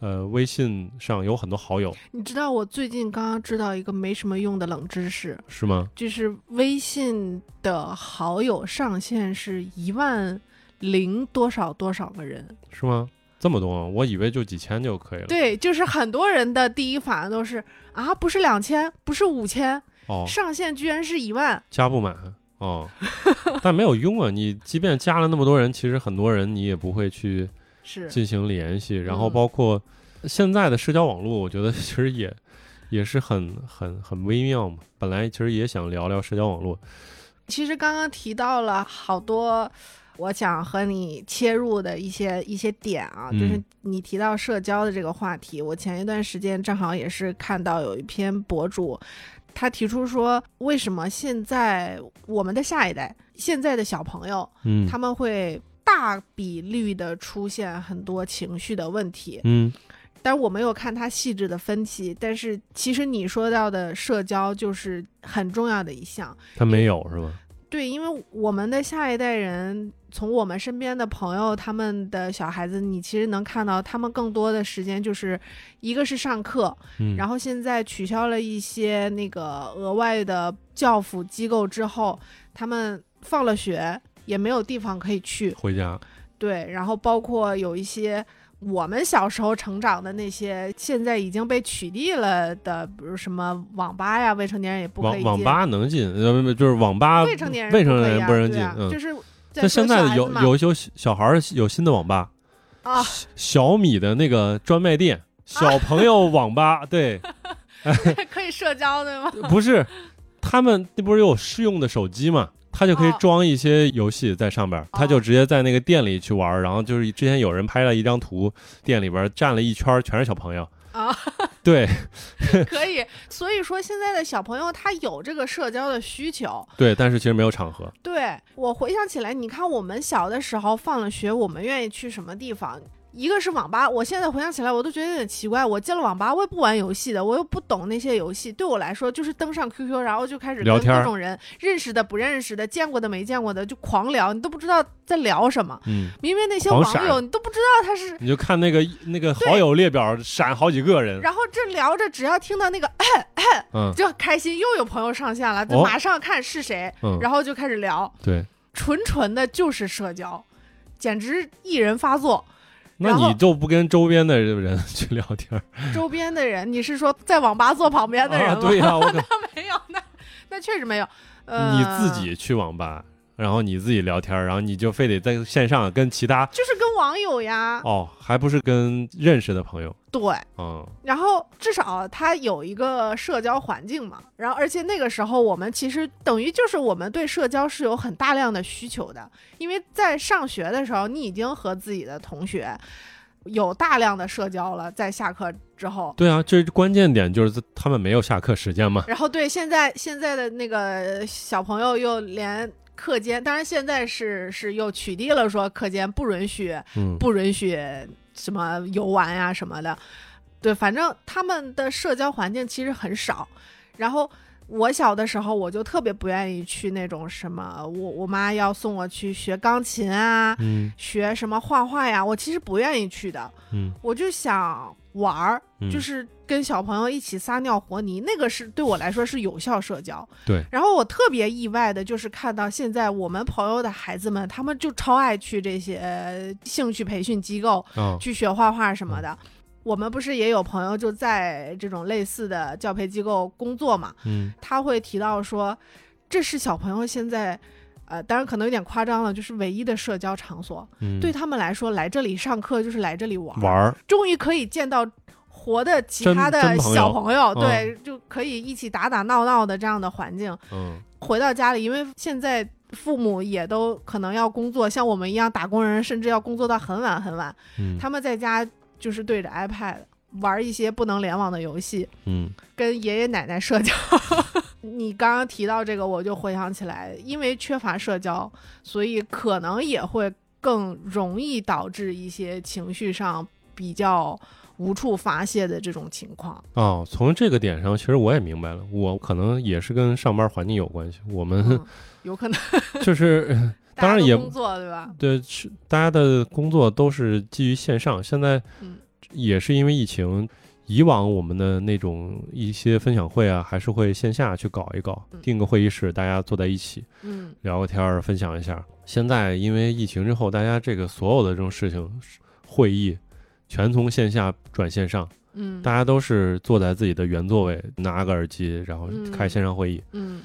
呃微信上有很多好友，
你知道我最近刚刚知道一个没什么用的冷知识，
是吗？
就是微信的好友上限是一万零多少多少个人。
是吗？这么多啊，我以为就几千就可以了。
对，就是很多人的第一反应都是啊，不是两千，不是五千，
哦，
上限居然是一万。
加不满哦， (laughs) 但没有用啊！你即便加了那么多人，其实很多人你也不会去
是，
进行联系。然后
嗯
包括现在的社交网络，我觉得其实也 (laughs) 也是很很很微妙嘛。本来其实也想聊聊社交网络，
其实刚刚提到了好多。我想和你切入的一些一些点啊，
嗯
就是你提到社交的这个话题，我前一段时间正好也是看到有一篇博主，他提出说，为什么现在我们的下一代，现在的小朋友，
嗯
他们会大比率的出现很多情绪的问题，
嗯
但是我没有看他细致的分析，但是其实你说到的社交就是很重要的一项。
他没有是吧？
对，因为我们的下一代人，从我们身边的朋友他们的小孩子，你其实能看到他们更多的时间就是，一个是上课，
嗯，
然
后
后现在取消了一些那个额外的教辅机构之后，他们放了学也没有地方可以去，
回家，
对，然后包括有一些我们小时候成长的那些，现在已经被取缔了的，比如什么网吧呀，未成年人也不可
网
以
网
进，
吧能进，呃，不就是网吧
未成年人
未成年人
不
不
可以啊
能进
对啊，
嗯
就是在
那现
说小
在
孩
有
子嘛
有有小孩儿有新的网吧，
啊，
小米的那个专卖店，小朋友网吧，
(laughs)
对，
可以社交对吗？
不是，他们那不是有试用的手机嘛？他就可以
哦
装一些游戏在上边儿，他就直接在那个店里去玩儿。然后就是之前有人拍了一张图，店里边儿站了一圈儿全是小朋友。
啊，
(laughs) 对
可以，所以说现在的小朋友他有这个社交的需求。
对，但是其实没有场合。
对我回想起来，你看我们小的时候放了学，我们愿意去什么地方？一个是网吧，我现在回想起来，我都觉得有点奇怪。我进了网吧，我也不玩游戏的，我又不懂那些游戏。对我来说，就是登上 QQ，然后就开始
聊
跟
天儿
各种人认识的、不认识的、见过的、没见过的，就狂聊，你都不知道在聊什么。
嗯，
明明那些
狂
网
闪
友，你都不知道他是
你就看那个那个好友列表闪好几个人。
然后这聊着，只要听到那个 (clears throat)
嗯
就开心，又有朋友上线了，就
哦
马上看是谁，
嗯，
然后就开始聊，
对，
纯纯的就是社交，简直一人发
(laughs)
作。
那
然后
你就不跟周边的人 (laughs) 去聊天儿
周边的人，你是说在网吧坐旁边的人
啊？
吗？
对呀、我可
(laughs) 没有，那那确实没有。呃，
你自己去网吧，然后你自己聊天儿，然后你就非得在线上跟其他哦
就是跟网友呀，
哦，还不是跟认识的朋友。
对，
嗯
然后至少它有一个社交环境嘛，然后而且那个时候我们其实等于就是我们对社交是有很大量的需求的，因为在上学的时候你已经和自己的同学有大量的社交了，在下课之后。
对啊，这关键点就是他们没有下课时间嘛。
然后对现在现在的那个小朋友又连课间，当然现在是是又取缔了，说课间不允许
嗯，
不允许什么游玩呀、什么的。对，反正他们的社交环境其实很少。然后我小的时候，我就特别不愿意去那种什么，我我妈要送我去学钢琴啊，
嗯
学什么画画呀，我其实不愿意去的。
嗯，
我就想玩儿，
嗯
就是跟小朋友一起撒尿和泥，那个是对我来说是有效社交。
对。
然后我特别意外的就是看到现在我们朋友的孩子们，他们就超爱去这些兴趣培训机构
啊，
去学画画什么的。哦嗯我们不是也有朋友就在这种类似的教培机构工作嘛？
嗯
他会提到说，这是小朋友现在，呃，当然可能有点夸张了，就是唯一的社交场所。
嗯，
对他们来说，来这里上课就是来这里玩儿，
玩儿，
终于可以见到活的其
真
他的
真朋友
小朋友，
嗯
对，就可以一起打打闹闹的这样的环境。
嗯
回到家里，因为现在父母也都可能要工作，像我们一样打工人，甚至要工作到很晚很晚。
嗯，
他们在家就是对着 iPad 玩一些不能联网的游戏，
嗯
跟爷爷奶奶社交。 (laughs) 你刚刚提到这个，我就回想起来，因为缺乏社交，所以可能也会更容易导致一些情绪上比较无处发泄的这种情况。
哦，从这个点上，其实我也明白了，我可能也是跟上班环境有关系。我们
嗯有
(laughs)
可能
就是呃当
大家
然
都
也
工作对吧？
对，是大家的工作都是基于线上，现在
嗯
也是因为疫情。以往我们的那种一些分享会啊，还是会线下去搞一搞，
嗯
定个会议室，大家坐在一起，
嗯
聊个天儿，分享一下。现在因为疫情之后，大家这个所有的这种事情、会议，全从线下转线上，
嗯
大家都是坐在自己的原座位，拿个耳机，然后
嗯
开线上会议。
嗯，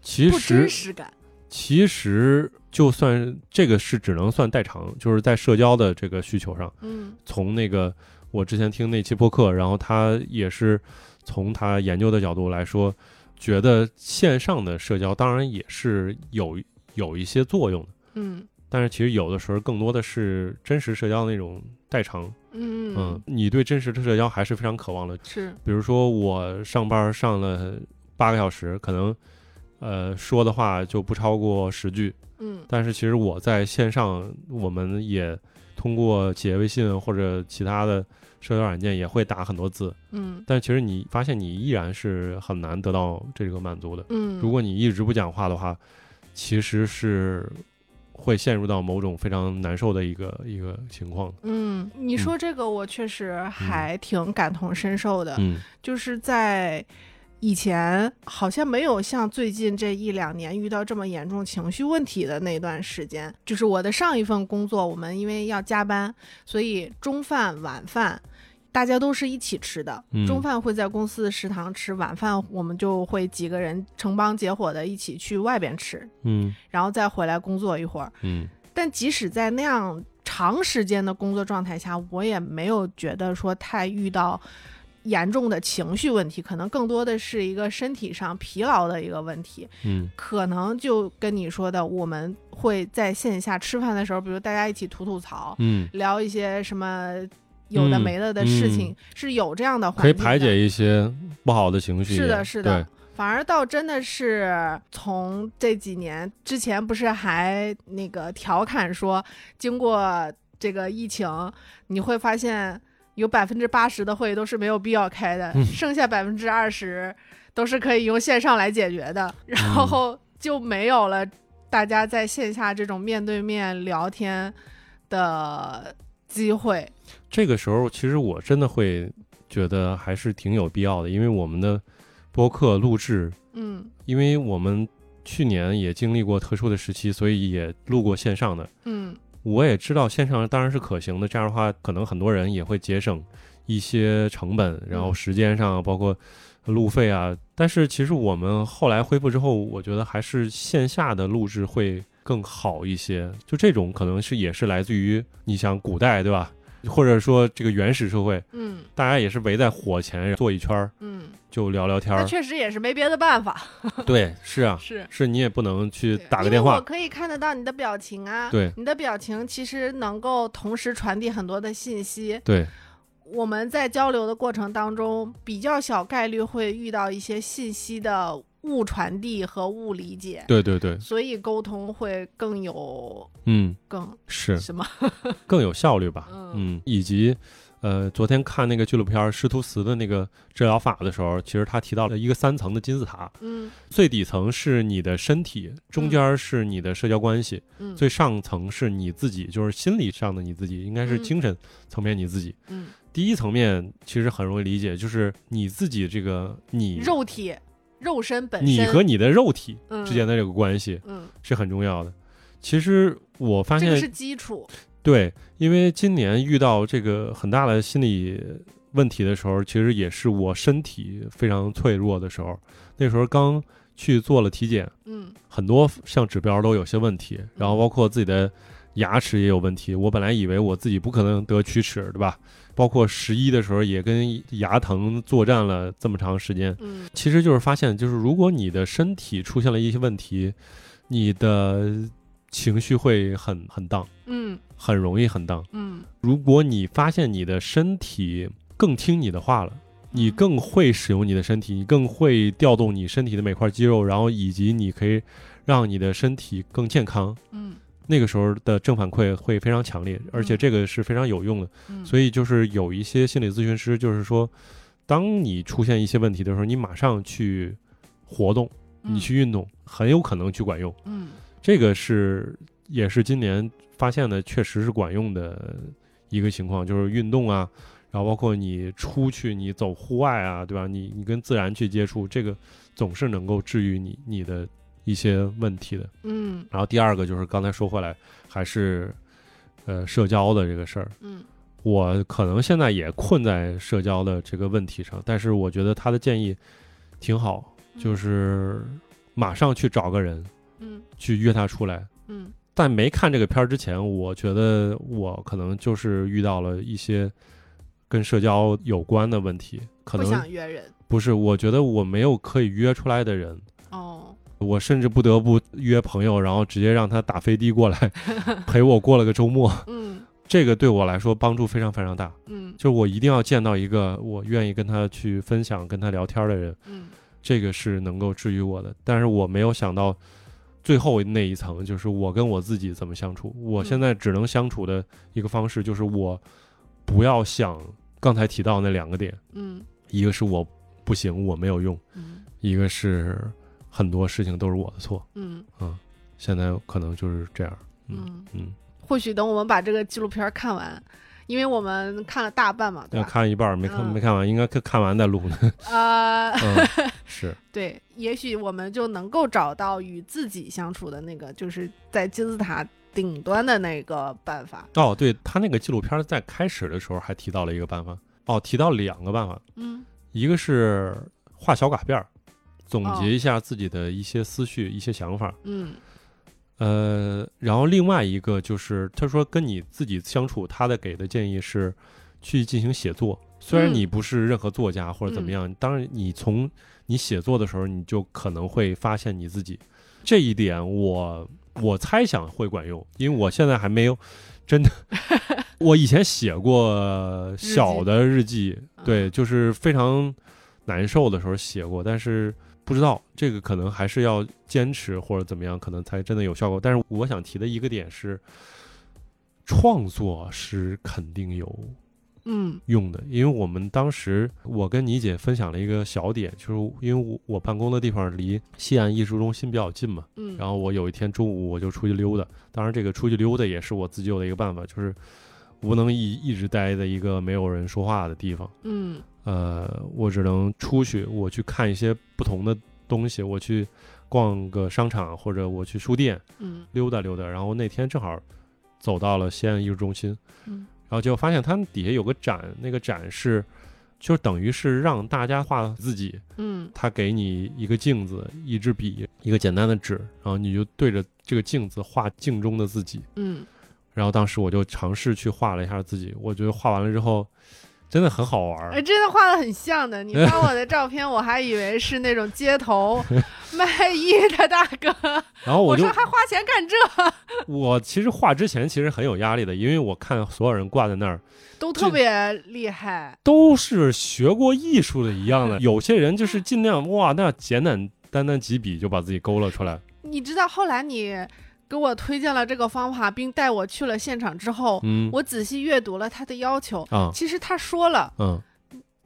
其
不真
实，
实感。
其实就算这个是只能算代偿，就是在社交的这个需求上，
嗯
从那个我之前听那期播客，然后他也是从他研究的角度来说，觉得线上的社交当然也是有有一些作用的。
嗯
但是其实有的时候更多的是真实社交的那种代偿，
嗯
嗯，你对真实的社交还是非常渴望的。
是
比如说我上班上了八个小时，可能呃说的话就不超过十句，
嗯
但是其实我在线上，我们也通过企业微信或者其他的社交软件也会打很多字，
嗯
但其实你发现你依然是很难得到这个满足的。
嗯，
如果你一直不讲话的话，其实是会陷入到某种非常难受的一个一个情况的。
嗯，你说这个我确实还挺感同身受的，
嗯
就是在以前好像没有像最近这一两年遇到这么严重情绪问题的那段时间，就是我的上一份工作，我们因为要加班，所以中饭晚饭。大家都是一起吃的
嗯，
中饭会在公司食堂吃，晚饭我们就会几个人成帮结伙的一起去外边吃，
嗯
然后再回来工作一会儿。
嗯
但即使在那样长时间的工作状态下，我也没有觉得说太遇到严重的情绪问题，可能更多的是一个身体上疲劳的一个问题。
嗯
可能就跟你说的，我们会在线下吃饭的时候，比如大家一起吐吐槽，
嗯，
聊一些什么有的
嗯
没的的事情，
嗯
是有这样的环
可以
境的
排解一些不好的情绪。
是的，是的。反而倒真的是从这几年之前，不是还那个调侃说，经过这个疫情，你会发现有百分之八十的会都是没有必要开的，
嗯
剩下百分之二十都是可以用线上来解决的，然后就没有了大家在线下这种面对面聊天的机会。
对，这个时候其实我真的会觉得还是挺有必要的，因为我们的播客录制，
嗯
因为我们去年也经历过特殊的时期，所以也录过线上的。
嗯
我也知道线上当然是可行的，这样的话可能很多人也会节省一些成本，然后时间上包括路费啊。但是其实我们后来恢复之后，我觉得还是线下的录制会更好一些。就这种可能是也是来自于你想古代对吧？或者说这个原始社会，
嗯
大家也是围在火前坐一圈儿
嗯，
就聊聊天
那
儿。
确实也是没别的办法，
对，是啊，
是
是你也不能去
对
打个
因为
电
我
话。
可以看得到你的表情啊，
对
你的表情其实能够同时传递很多的信息。
对
我们在交流的过程当中，比较小概率会遇到一些信息的误传递和误理解，
对对对，
所以沟通会更有
嗯，
更
是
什么？
更有效率吧？
嗯
嗯，以及呃，昨天看那个纪录片《师徒词》的那个治疗法的时候，其实他提到了一个三层的金字塔，
嗯
最底层是你的身体，中间是你的社交关系，
嗯
最上层是你自己，就是心理上的你自己，应该是
嗯
精神层面你自己。
嗯
第一层面其实很容易理解，就是你自己这个你
肉体、肉身本身，
你和你的肉体
嗯
之间的这个关系
嗯，
是很重要的。其实我发
这
现
个是基础，
对，因为今年遇到这个很大的心理问题的时候，其实也是我身体非常脆弱的时候。那时候刚去做了体检，
嗯
很多像指标都有些问题，然后包括自己的牙齿也有问题。我本来以为我自己不可能得龋齿，对吧？包括十一的时候也跟牙疼作战了这么长时间，
嗯
其实就是发现，就是如果你的身体出现了一些问题，你的情绪会很很荡，
嗯
很容易很荡。
嗯
如果你发现你的身体更听你的话了，你更会使用你的身体，你更会调动你身体的每块肌肉，然后以及你可以让你的身体更健康。
嗯
那个时候的正反馈会非常强烈，而且这个是非常有用的。
嗯，
所以就是有一些心理咨询师，就是说，当你出现一些问题的时候，你马上去活动，
嗯
你去运动，很有可能去管用。
嗯
这个是也是今年发现的，确实是管用的一个情况，就是运动啊，然后包括你出去，你走户外啊，对吧？你你跟自然去接触，这个总是能够治愈你你的一些问题的。
嗯
然后第二个就是刚才说回来，还是呃社交的这个事儿，
嗯
我可能现在也困在社交的这个问题上，但是我觉得他的建议挺好，
嗯
就是马上去找个人
嗯
去约他出来。
嗯
在没看这个片儿之前，我觉得我可能就是遇到了一些跟社交有关的问题，可
不
能
想约人
不是，我觉得我没有可以约出来的人，
哦，
我甚至不得不约朋友，然后直接让他打飞的过来陪我过了个周末。
嗯
这个对我来说帮助非常非常大，
嗯
就是我一定要见到一个我愿意跟他去分享、跟他聊天的人，
嗯
这个是能够治愈我的。但是我没有想到最后那一层，就是我跟我自己怎么相处。我
嗯
现在只能相处的一个方式就是我不要想刚才提到那两个点，
嗯
一个是我不行，我没有用；
嗯
一个是很多事情都是我的错。
嗯
现在可能就是这样。
嗯，
嗯，
或许等我们把这个纪录片看完，因为我们看了大半嘛，对
要
吧？
看一半儿没看、
嗯
没看完，应该看看完再录
(laughs)
呢。
呃， (laughs)
嗯，是，
对，也许我们就能够找到与自己相处的那个，就是在金字塔顶端的那个办法。
哦，对他那个纪录片在开始的时候还提到了一个办法，哦，提到两个办法，
嗯
一个是画小卡片儿，总结一下自己的一些思绪、一些想法。
嗯
呃，然后另外一个就是，他说跟你自己相处，他的给的建议是去进行写作。虽然
嗯
你不是任何作家或者怎么样，当然你从你写作的时候，你就可能会发现你自己这一点我。我猜想会管用，因为我现在还没有真 (laughs) 的。我以前写过小的日记，
嗯
啊
对，就是非常难受的时候写过，但是不知道这个可能还是要坚持或者怎么样，可能才真的有效果。但是我想提的一个点是，创作是肯定有
嗯
用的，因为我们当时我跟倪姐分享了一个小点，就是因为我我办公的地方离西安艺术中心比较近嘛，
嗯，
然后我有一天中午我就出去溜达，当然这个出去溜达也是我自救的一个办法，就是不能一一直待在一个没有人说话的地方。
嗯
呃，我只能出去，我去看一些不同的东西，我去逛个商场或者我去书店
嗯
溜达溜达。然后那天正好走到了西安艺术中心，
嗯
然后结果发现它底下有个展，那个展是就等于是让大家画自己，
嗯
他给你一个镜子、一支笔、一个简单的纸，然后你就对着这个镜子画镜中的自己。
嗯
然后当时我就尝试去画了一下自己，我觉得画完了之后真的很好玩
哎，
儿。
真的画的很像的。你发我的照片，我还以为是那种街
(laughs)
头卖艺的大哥。
然后 (laughs) 我
我
就
说还花钱干这，
我其实画之前其实很有压力的，因为我看所有人挂在那儿
都特别厉害。
都是学过艺术的一样的，有些人就是尽量哇，那简简单单几笔就把自己勾勒出来。
你知道后来你给我推荐了这个方法，并带我去了现场之后，
嗯
我仔细阅读了他的要求。
啊
其实他说了
嗯，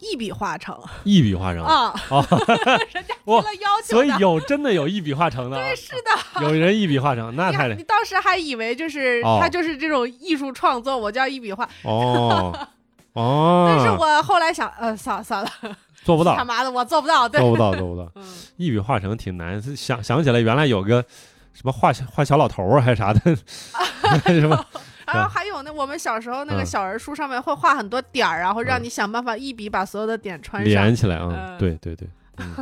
一笔画成
一笔画成，
啊，
哦 (laughs)
人家提
哇
了要求
所以
的。
有真的有一笔画成的啊，
对，是的，
有人一笔画成，那
你
太
还
厉
(laughs) 你当时还以为就是、
哦
他就是这种艺术创作，我叫一笔画。 (laughs)
哦哦，
但是我后来想，呃，算了算了，
做不
他
到，
妈的，我做不到。对，
做不到，做不到，
嗯，
一笔画成挺难。是想想起来，原来有个什么画小画小老头儿还是
(laughs)
啥的，什么
然后还有呢，我们小时候那个
嗯
小人书上面会画很多点儿，然后让
嗯
你想办法一笔把所有的点穿上
连，起来啊？
嗯
对对对，
(laughs)
嗯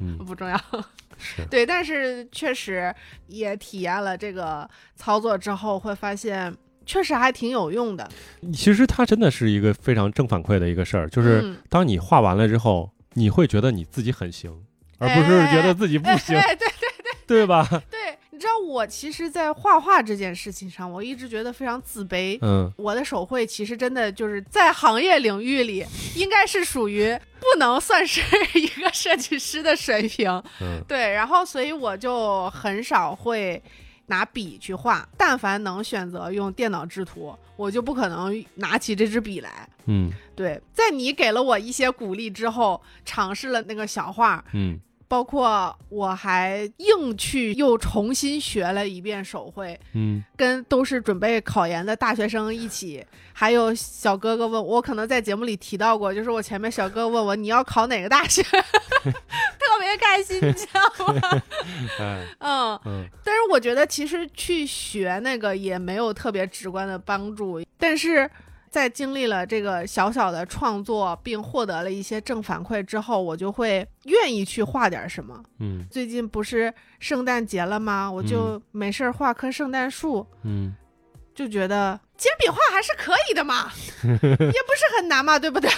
嗯
不重要。
(laughs) 是，
(laughs) 对，但是确实也体验了这个操作之后，会发现确实还挺有用的。
其实它真的是一个非常正反馈的一个事儿，就是
嗯嗯
当你画完了之后，你会觉得你自己很行，而不是觉得自己不
哎
行，
哎对 (laughs)
对吧？
对，你知道我其实，在画画这件事情上，我一直觉得非常自卑。
嗯，
我的手绘其实真的就是在行业领域里，应该是属于不能算是一个设计师的水平。
嗯
对，然后所以我就很少会拿笔去画，但凡能选择用电脑制图，我就不可能拿起这支笔来。
嗯
对，在你给了我一些鼓励之后，尝试了那个小画，
嗯，
包括我还硬去又重新学了一遍手绘， (laughs)
嗯，
跟都是准备考研的大学生一起，还有小哥哥问我，可能在节目里提到过，就是我前面小哥问我你要考哪个大学， (laughs) 特别开心，你知道吗？ (laughs)
哎，
嗯，
嗯
但是我觉得其实去学那个也没有特别直观的帮助，但是。在经历了这个小小的创作，并获得了一些正反馈之后，我就会愿意去画点什么。
嗯
最近不是圣诞节了吗？我就没事儿画棵圣诞树，
嗯。
就觉得简笔画还是可以的嘛，也不是很难嘛，对不 (laughs) 对？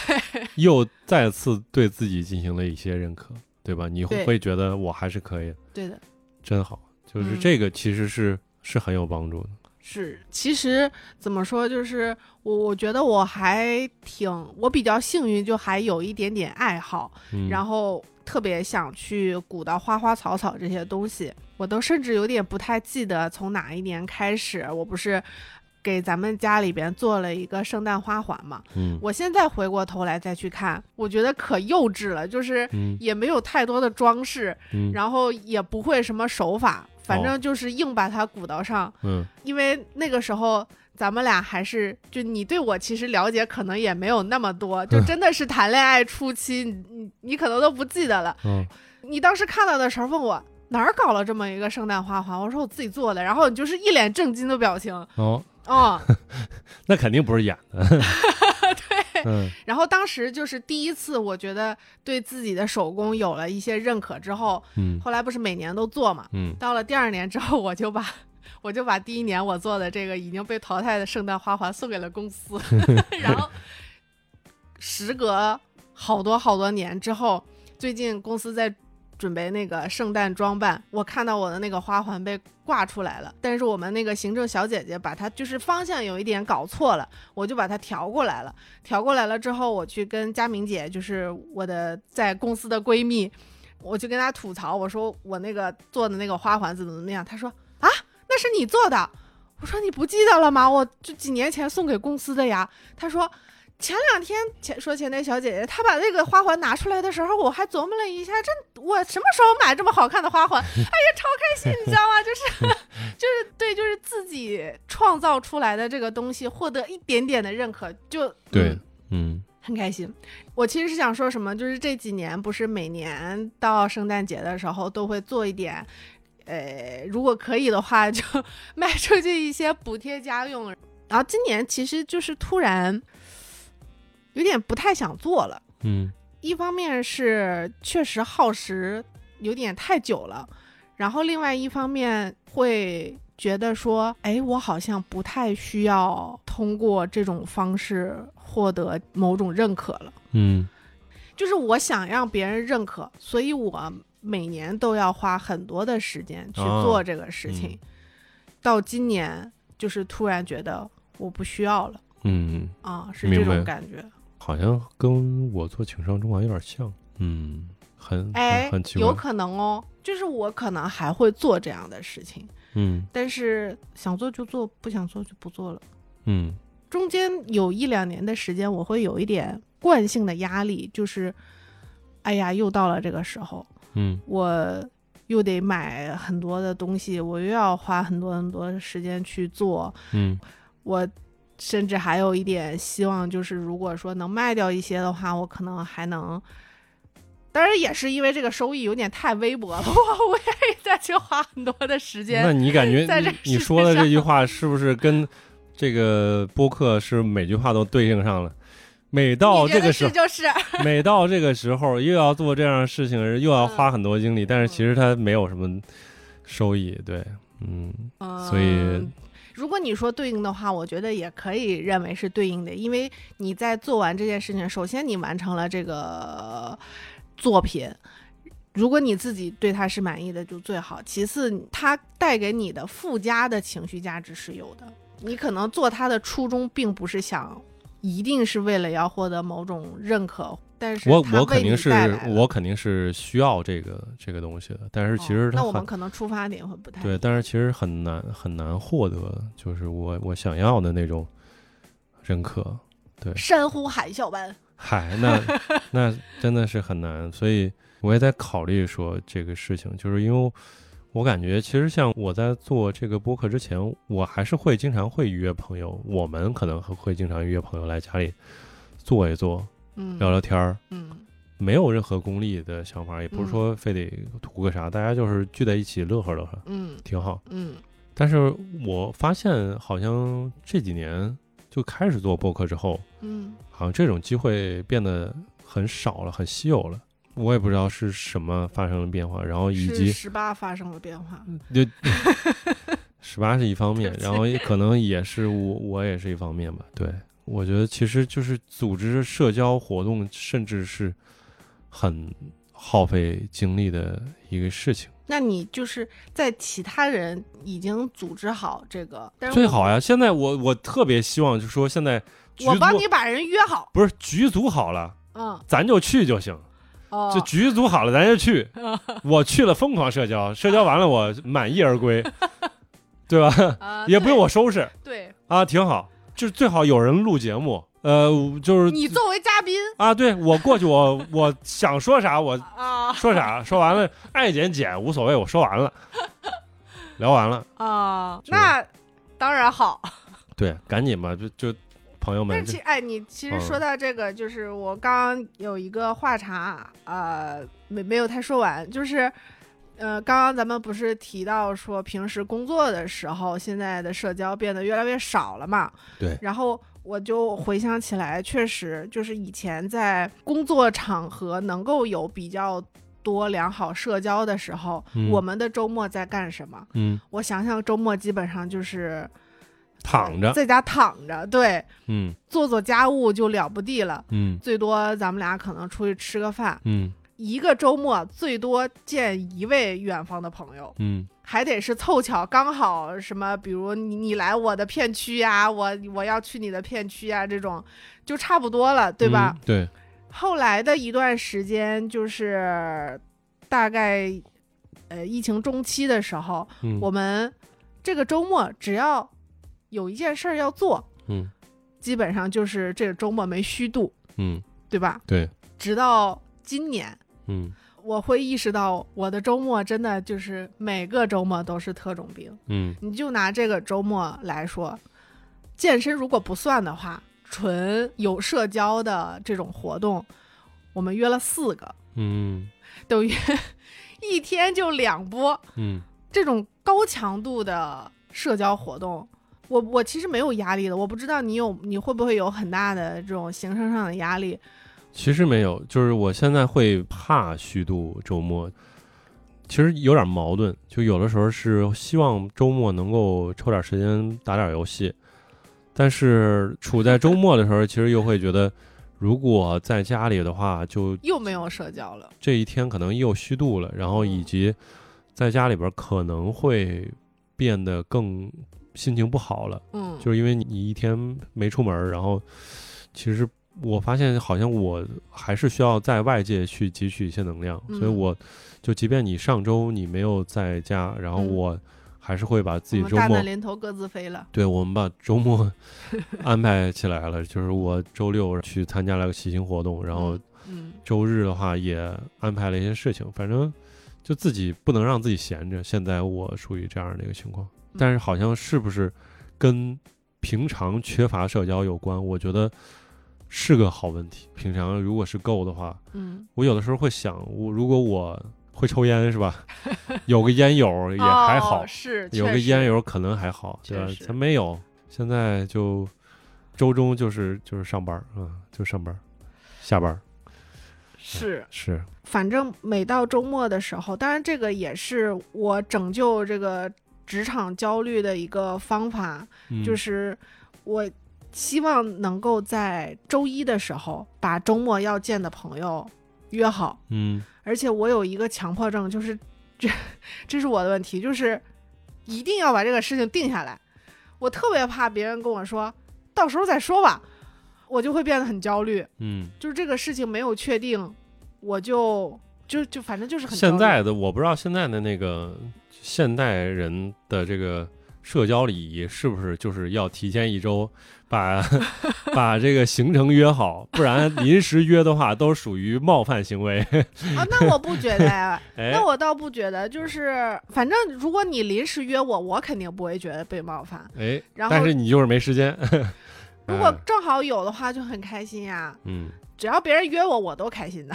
又再次对自己进行了一些认可，对吧？你会
对
会觉得我还是可以，
对的，
真好，就是
嗯
这个其实是、是很有帮助的。
是。其实怎么说，就是我我觉得我还挺，我比较幸运，就还有一点点爱好，
嗯，
然后特别想去鼓捣花花草草这些东西。我都甚至有点不太记得从哪一年开始，我不是给咱们家里边做了一个圣诞花环嘛。
嗯
我现在回过头来再去看，我觉得可幼稚了，就是
嗯
也没有太多的装饰，
嗯
然后也不会什么手法，反
哦
正就是硬把它鼓捣上。
嗯
因为那个时候咱们俩还是，就你对我其实了解可能也没有那么多，就
嗯
真的是谈恋爱初期，你你你可能都不记得了。
嗯
你当时看到的时候问我。哪儿搞了这么一个圣诞花环？我说我自己做的，然后你就是一脸震惊的表情，
哦，
嗯，
那肯定不是演
(laughs)
的。对，嗯
然后当时就是第一次，我觉得对自己的手工有了一些认可之后，
嗯
后来不是每年都做嘛，
嗯
到了第二年之后，我就把 (laughs) 我就把第一年我做的这个已经被淘汰的圣诞花环送给了公司，然后时隔好多好多年之后，最近公司在。准备那个圣诞装扮，我看到我的那个花环被挂出来了，但是我们那个行政小姐姐把它就是方向有一点搞错了，我就把它调过来了。调过来了之后，我去跟佳明姐，就是我的在公司的闺蜜，我就跟她吐槽，我说我那个做的那个花环怎么怎么样，她说啊，那是你做的。我说你不记得了吗？我就几年前送给公司的呀。她说前两天前说前台小姐姐，她把那个花环拿出来的时候，我还琢磨了一下，这我什么时候买这么好看的花环？哎呀，超开心，你知道吗？就是就是 (laughs) 对，就是自己创造出来的这个东西获得一点点的认可，就
对
嗯
嗯
很开心。我其实是想说什么，就是这几年不是每年到圣诞节的时候都会做一点，呃，如果可以的话就 (laughs) 卖出去一些补贴家用。然后今年其实就是突然有点不太想做了，
嗯
一方面是确实耗时有点太久了，然后另外一方面会觉得说，哎，我好像不太需要通过这种方式获得某种认可了。
嗯
就是我想让别人认可，所以我每年都要花很多的时间去
啊
做这个事情。
嗯
到今年，就是突然觉得我不需要了
嗯，
啊，是
明
这
白
种感觉。
好像跟我做情商中环有点像，嗯，很
哎
很很奇怪
有，可能哦，就是我可能还会做这样的事情，
嗯
但是想做就做，不想做就不做了。
嗯
中间有一两年的时间，我会有一点惯性的压力，就是，哎呀，又到了这个时候，
嗯
我又得买很多的东西，我又要花很多很多的时间去做，
嗯
我甚至还有一点希望，就是如果说能卖掉一些的话，我可能还能。当然也是因为这个收益有点太微薄了， (laughs) 我我愿意再去花很多的时
那
间。
你感觉
(laughs) 在这
你你
世界
说的这
上
句话是不是跟这个播客是每句话都对应上了？每到
你觉
这个
得
时
是
候，
就是，
每到这个时候又要做这样的事情，
嗯
又要花很多精力，但是其实它没有什么收益，对，嗯，所以
嗯如果你说对应的话，我觉得也可以认为是对应的，因为你在做完这件事情，首先你完成了这个作品，如果你自己对它是满意的，就最好。其次，它带给你的附加的情绪价值是有的，你可能做它的初衷并不是想，一定是为了要获得某种认可，但是
我
它
我
为
肯定
你
是
带来了
我肯定是需要这个这个东西的，但是其实
哦
它
那我
很、
们可能出发点会不太一
对，
样
但是其实很难很难获得，就是我我想要的那种认可。
山呼海啸般。
嗨，
(laughs)
那那真的是很难，所以我也在考虑说这个事情，就是因为我感觉其实像我在做这个播客之前，我还是会经常会约朋友，我们可能会经常约朋友来家里坐一坐，
嗯，
聊聊天儿，
嗯
没有任何功利的想法，也不是说非得图个啥，大家就是聚在一起乐呵乐呵，
嗯
挺好。
嗯
但是我发现好像这几年就开始做播客之后，
嗯
好像这种机会变得很少了，很稀有了。我也不知道是什么发生了变化，然后以及
十八发生了变化。 (laughs)
就十八是一方面
对，不起
然后也可能也是我我也是一方面吧。对，我觉得其实就是组织社交活动，甚至是很耗费精力的一个事情。
那你就是在其他人已经组织好这个，但是
最
我
好呀，现在我我特别希望，就说现在局
嗯我
组
帮你把人约好。
不是局组好了，
嗯，
咱就去就行。
哦，
(laughs) 就局组好了，咱就去。
(laughs)
我去了，疯狂社交，社交完了，我满意而归，对吧？
啊
也不用我收拾
对。
啊，挺好。就是最好有人录节目，呃，就是
对，你作为嘉宾
啊，对我过去我，我想说啥我
啊
说啥，说完了爱剪剪无所谓，我说完了，聊完了，
啊，
就
那当然好。
对，赶紧吧，就就朋友
但
们，
是其
就
哎，你其实
嗯
说到这个，就是我刚刚有一个话茬，呃，没没有太说完，就是。呃，刚刚咱们不是提到说，平时工作的时候，现在的社交变得越来越少了嘛？
对
然后我就回想起来，确实就是以前在工作场合能够有比较多良好社交的时候，
嗯
我们的周末在干什么？
嗯，
我想想，周末基本上就是
躺着，
在家躺着，对，
嗯
做做家务就了不地了，
嗯
最多咱们俩可能出去吃个饭，
嗯
一个周末最多见一位远方的朋友，
嗯
还得是凑巧刚好什么，比如你你来我的片区呀、我我要去你的片区呀、这种就差不多了，对吧？
嗯对，
后来的一段时间就是大概呃疫情中期的时候，
嗯
我们这个周末只要有一件事儿要做，
嗯
基本上就是这个周末没虚度，
嗯
对吧？
对，
直到今年，
嗯
我会意识到我的周末真的就是每个周末都是特种兵。
嗯
你就拿这个周末来说，健身如果不算的话，纯有社交的这种活动，我们约了四个，
嗯
等于 (laughs) 一天就两波
嗯
这种高强度的社交活动。我我其实没有压力的，我不知道你有你会不会有很大的这种行程上的压力，
其实没有，就是我现在会怕虚度周末，其实有点矛盾，就有的时候是希望周末能够抽点时间打点游戏，但是处在周末的时候，其实又会觉得，如果在家里的话，就
又没有社交了，
这一天可能又虚度了，然后以及在家里边可能会变得更心情不好了，
嗯，
就是因为你一天没出门儿，然后其实我发现好像我还是需要在外界去汲取一些能量，所以
嗯
我就即便你上周你没有在家，然后
嗯
我还是会把自
我
己
们
周
大
末
难临头各自飞了，
对，我们把周末 (laughs) 安排起来了，就是我周六去参加了个骑行活动，然后
嗯，
周日的话也安排了一些事情，反正就自己不能让自己闲着。现在我属于这样的一个情况，
嗯
但是好像是不是跟平常缺乏社交有关？我觉得是个好问题。平常如果是够的话，
嗯，
我有的时候会想，我如果我会抽烟是
(laughs)
吧？有个烟友 (laughs) 也还好，
哦是
有个烟，友可能还好，对吧
确？实
咱没有，现在就周中就是就是上班啊、嗯，就上班，下班
确实是
是
反正每到周末的时候，当然这个也是我拯救这个职场焦虑的一个方法，就
嗯
是我希望能够在周一的时候把周末要见的朋友约好，
嗯
而且我有一个强迫症，就是这这是我的问题，就是一定要把这个事情定下来。我特别怕别人跟我说到时候再说吧，我就会变得很焦虑。
嗯。
就是这个事情没有确定，我就就就反正就是很焦
现
虑
在的我不知道现在的那个现代人的这个社交礼仪是不是就是要提前一周
(laughs)
把把这个行程约好，不然临时约的话都属于冒犯行为。
啊，那我不觉得呀，(laughs)
哎嗯
那，我倒不觉得，就是反正如果你临时约我，我肯定不会觉得被冒犯。
哎，
然
但
后
是你就是没时间。
如果
哎
正好有的话，就很开心呀。
嗯
只要别人约我，我都开心的。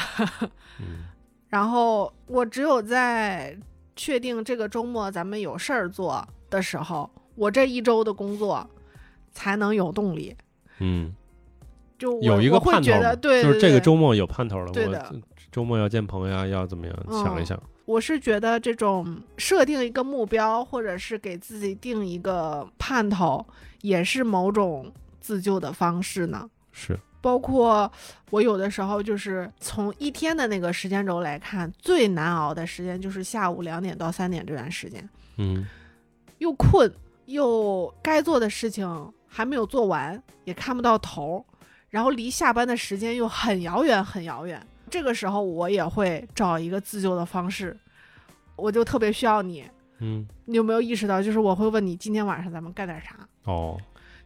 嗯
然后我只有在确定这个周末咱们有事儿做的时候，我这一周的工作才能有动力。
嗯，
就我
有一个
我会
盼头
觉
嘛，
得，对，
就是
对
这个
对
周末有盼头了。
对
我
的
这周末要见朋友啊，要怎么样？
嗯
想一想，
我是觉得这种设定一个目标，或者是给自己定一个盼头，也是某种自救的方式呢。
是
包括我有的时候就是从一天的那个时间轴来看，最难熬的时间就是下午两点到三点这段时间，
嗯
又困又该做的事情还没有做完，也看不到头儿，然后离下班的时间又很遥远很遥远。这个时候我也会找一个自救的方式，我就特别需要你。
嗯
你有没有意识到，就是我会问你今天晚上咱们干点啥？
哦，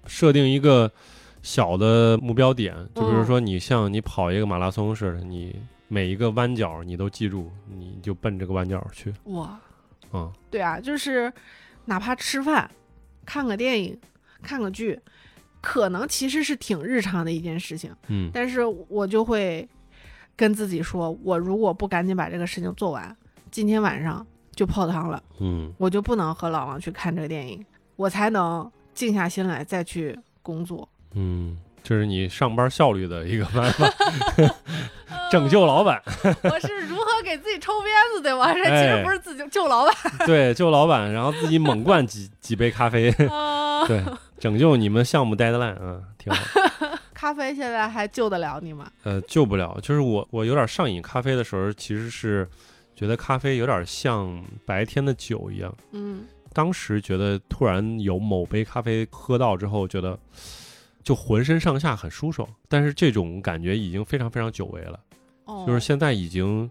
设定一个小的目标点，就比如说你像你跑一个马拉松似的，你每一个弯角你都记住，你就奔这个弯角去。
我，
嗯
对啊，就是哪怕吃饭、看个电影、看个剧，可能其实是挺日常的一件事情，
嗯
但是我就会跟自己说，我如果不赶紧把这个事情做完，今天晚上就泡汤了，
嗯
我就不能和老王去看这个电影，我才能静下心来再去工作。
嗯，这是你上班效率的一个办法， (laughs) 拯救老板。
呃我是如何给自己抽鞭子对吗？这 (laughs) 其
哎
实不是自己救老板，
对，救老板，然后自己猛灌几几杯咖啡， (laughs)
啊，
对，拯救你们项目 deadline 啊，挺好。
(laughs)
(laughs)
咖啡现在还救得了你吗？
呃，救不了，就是我我有点上瘾咖啡的时候，其实是觉得咖啡有点像白天的酒一样。
嗯，
当时觉得突然有某杯咖啡喝到之后，觉得就浑身上下很舒爽，但是这种感觉已经非常非常久违了，
哦，
就是现在已经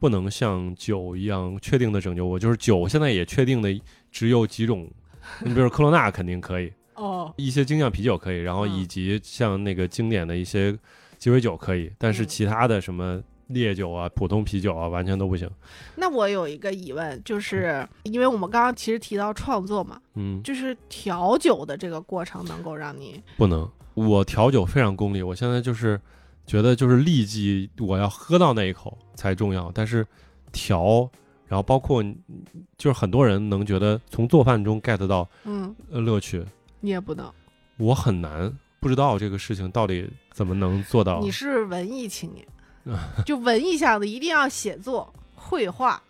不能像酒一样确定的拯救我，就是酒现在也确定的只有几种， (laughs) 你比如说科罗娜肯定可以，
哦，
一些精酿啤酒可以，然后
嗯
以及像那个经典的一些鸡尾酒可以，但是
嗯
其他的什么烈酒啊、普通啤酒啊，完全都不行。
那我有一个疑问，就是因为我们刚刚其实提到创作嘛，
嗯，
就是调酒的这个过程能够让你
不能。我调酒非常功利，我现在就是觉得就是立即我要喝到那一口才重要，但是调，然后包括你就是很多人能觉得从做饭中 get 到
嗯，
呃乐趣，
你也不能，
我很难不知道这个事情到底怎么能做到
你。
(laughs) (laughs)
是文艺青年，就文艺向的一定要写作、绘画，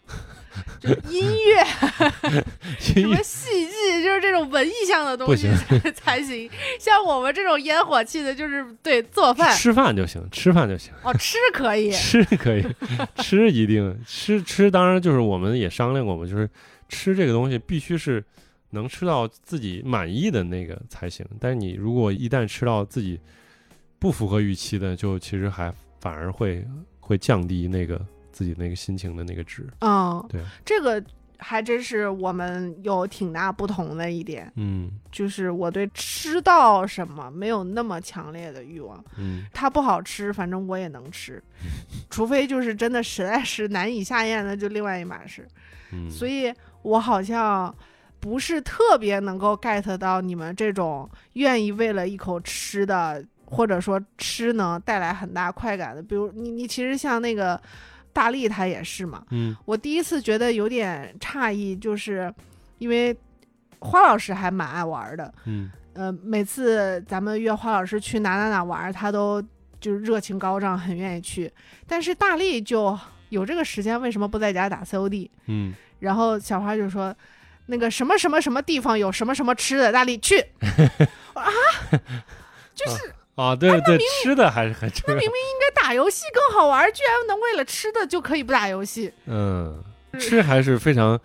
就是音乐、什
(laughs) 音
么
乐
戏剧，就是这种文艺向的东西才才行。像我们这种烟火气的，就是对做饭
吃饭就行，吃饭就行，
哦，吃可以，
吃可以， (laughs) 吃一定吃吃，当然就是我们也商量过嘛，就是吃这个东西必须是能吃到自己满意的那个才行。但是你如果一旦吃到自己不符合预期的，就其实还反而会会降低那个自己那个心情的那个值。
嗯，
对，
这个还真是我们有挺大不同的一点，
嗯
就是我对吃到什么没有那么强烈的欲望，
嗯
它不好吃，反正我也能
(laughs)
吃，除非就是真的实在是难以下咽，那就另外一码事。
嗯，
所以我好像不是特别能够 get 到你们这种愿意为了一口吃的，或者说吃能带来很大快感的。比如你，你其实像那个大力，他也是嘛。
嗯
我第一次觉得有点诧异，就是因为花老师还蛮爱玩的，
嗯
呃，每次咱们约花老师去哪哪哪玩，他都就是热情高涨，很愿意去。但是大力就有这个时间，为什么不在家打 COD？
嗯，
然后小花就说：“那个什么什么什么地方有什么什么吃的，大力去。哎
啊，对对，吃的还是很重要。
这打游戏更好玩，居然能为了吃的就可以不打游戏。
嗯，吃还是非常，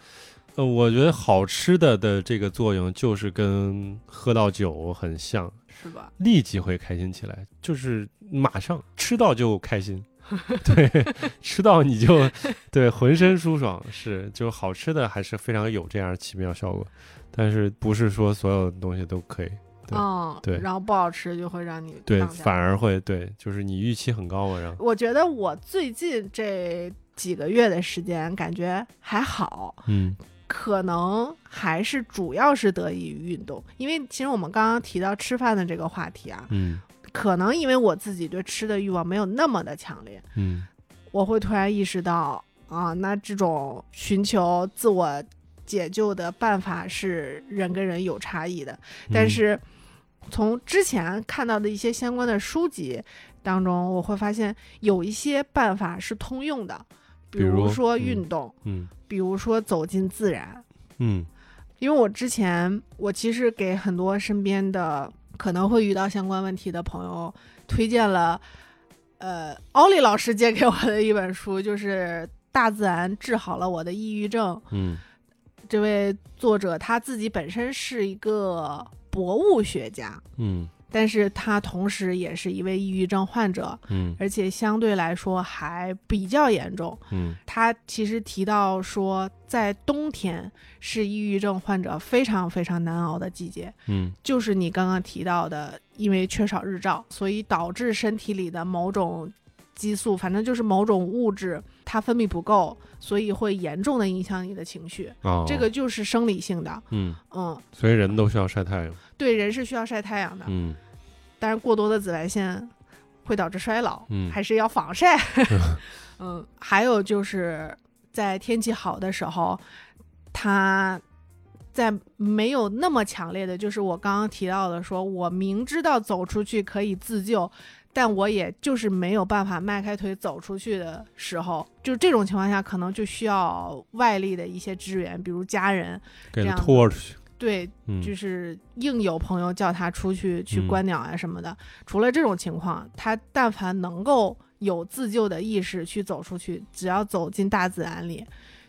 呃，我觉得好吃的的这个作用就是跟喝到酒很像，
是吧？
立即会开心起来，就是马上吃到就
(laughs)
开心，对，吃到你就对浑身舒爽，是，就是好吃的还是非常有这样奇妙效果，但是不是说所有东西都可以，对
嗯，
对
然后不好吃就会让你
对，
荡下
反而会对，就是你预期很高嘛，然后
我觉得我最近这几个月的时间感觉还好，
嗯
可能还是主要是得益于运动，因为其实我们刚刚提到吃饭的这个话题啊，
嗯
可能因为我自己对吃的欲望没有那么的强烈，
嗯
我会突然意识到啊，那这种寻求自我解救的办法是人跟人有差异的。但
嗯
是从之前看到的一些相关的书籍当中，我会发现有一些办法是通用的，比
比如
说
嗯
运动，
嗯
比如说走进自然。
嗯
因为我之前，我其实给很多身边的可能会遇到相关问题的朋友推荐了，呃，奥利老师借给我的一本书，就是《大自然治好了我的抑郁症》。
嗯
这位作者他自己本身是一个博物学家，
嗯
但是他同时也是一位抑郁症患者，
嗯
而且相对来说还比较严重。
嗯
他其实提到说，在冬天是抑郁症患者非常非常难熬的季节，
嗯
就是你刚刚提到的，因为缺少日照，所以导致身体里的某种激素，反正就是某种物质，它分泌不够，所以会严重的影响你的情绪。
哦，
这个就是生理性的，
嗯，
嗯，
所以人都需要晒太阳。
对，人是需要晒太阳的，
嗯
但是过多的紫外线会导致衰老，
嗯
还是要防晒。 (laughs) 嗯，还有就是在天气好的时候，它在没有那么强烈的，就是我刚刚提到的说，我明知道走出去可以自救，但我也就是没有办法迈开腿走出去的时候，就这种情况下，可能就需要外力的一些支援，比如家人，
给
这
它
样的
拖出去。
对，
嗯，
就是硬有朋友叫他出去去
嗯
观鸟啊什么的。除了这种情况，他但凡能够有自救的意识去走出去，只要走进大自然里，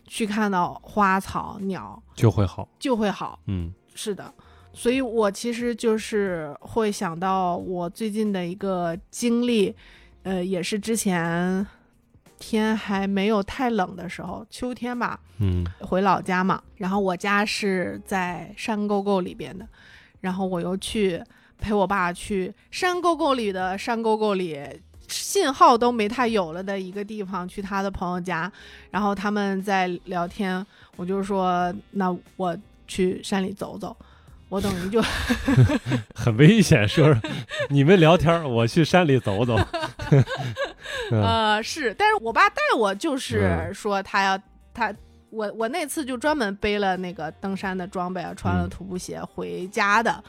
去看到花草鸟，
就会好。
就会好。
嗯
是的，所以我其实就是会想到我最近的一个经历，呃，也是之前天还没有太冷的时候，秋天吧，
嗯
回老家嘛，然后我家是在山沟沟里边的，然后我又去陪我爸去山沟沟里的山沟沟里，信号都没太有了的一个地方，去他的朋友家，然后他们在聊天，我就说那我去山里走走，我等于就
很危险，说是 (laughs) 你们聊天儿，我去山里走 (laughs) 走。嗯
呃，是，但是我爸带我就是
嗯
说他要他我我那次就专门背了那个登山的装备啊，穿了
嗯
徒步鞋回家的。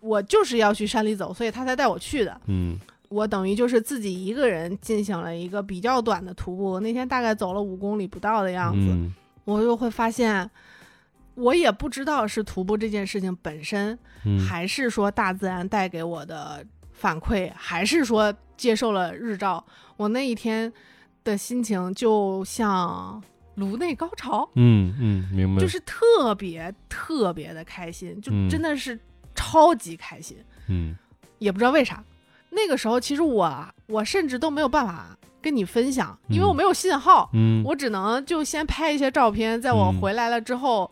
我就是要去山里走，所以他才带我去的。
嗯
我等于就是自己一个人进行了一个比较短的徒步，那天大概走了五公里不到的样子。
嗯
我就会发现，我也不知道是徒步这件事情本身，
嗯，
还是说大自然带给我的反馈，还是说接受了日照，我那一天的心情就像颅内高潮，
嗯嗯，明白，
就是特别特别的开心，就
嗯
真的是超级开心，
嗯
也不知道为啥。那个时候其实我我甚至都没有办法跟你分享，因为
嗯
我没有信号，
嗯，
我只能就先拍一些照片，在我
嗯
回来了之后，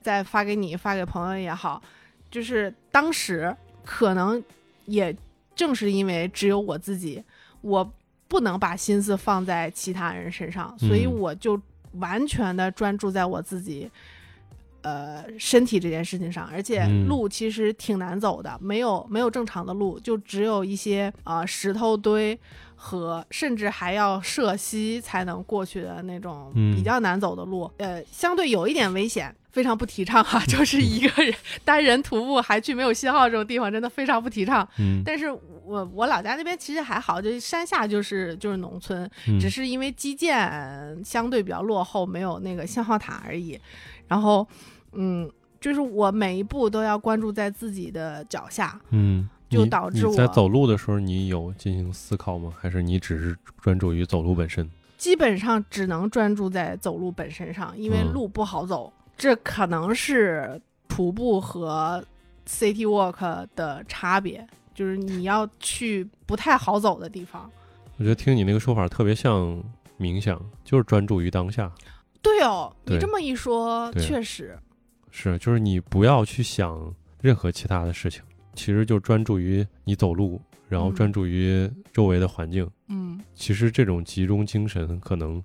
再发给你，发给朋友也好。就是当时可能也正是因为只有我自己，我不能把心思放在其他人身上，所以
嗯
我就完全的专注在我自己。呃，身体这件事情上，而且
嗯
路其实挺难走的，没有没有正常的路，就只有一些啊、呃石头堆，和甚至还要涉溪才能过去的那种
嗯
比较难走的路，呃，相对有一点危险，非常不提倡哈、 (laughs) 就是一个人单人徒步还去没有信号这种地方，真的非常不提倡。
嗯，
但是我我老家那边其实还好，就是山下就是就是农村，
嗯
只是因为基建相对比较落后，没有那个信号塔而已。然后，嗯，就是我每一步都要关注在自己的脚下，
嗯，
就
你
导致
你在
我
走路的时候，你有进行思考吗？还是你只是专注于走路本身？
基本上只能专注在走路本身上，因为
嗯
路不好走。这可能是徒步和 city walk 的差别，就是你要去不太好走的地方。
我觉得听你那个说法特别像冥想，就是专注于当下，
对哦，
对
你这么一说，
对
确实，
是，就是你不要去想任何其他的事情，其实就专注于你走路，然后
嗯
专注于周围的环境。
嗯
其实这种集中精神可能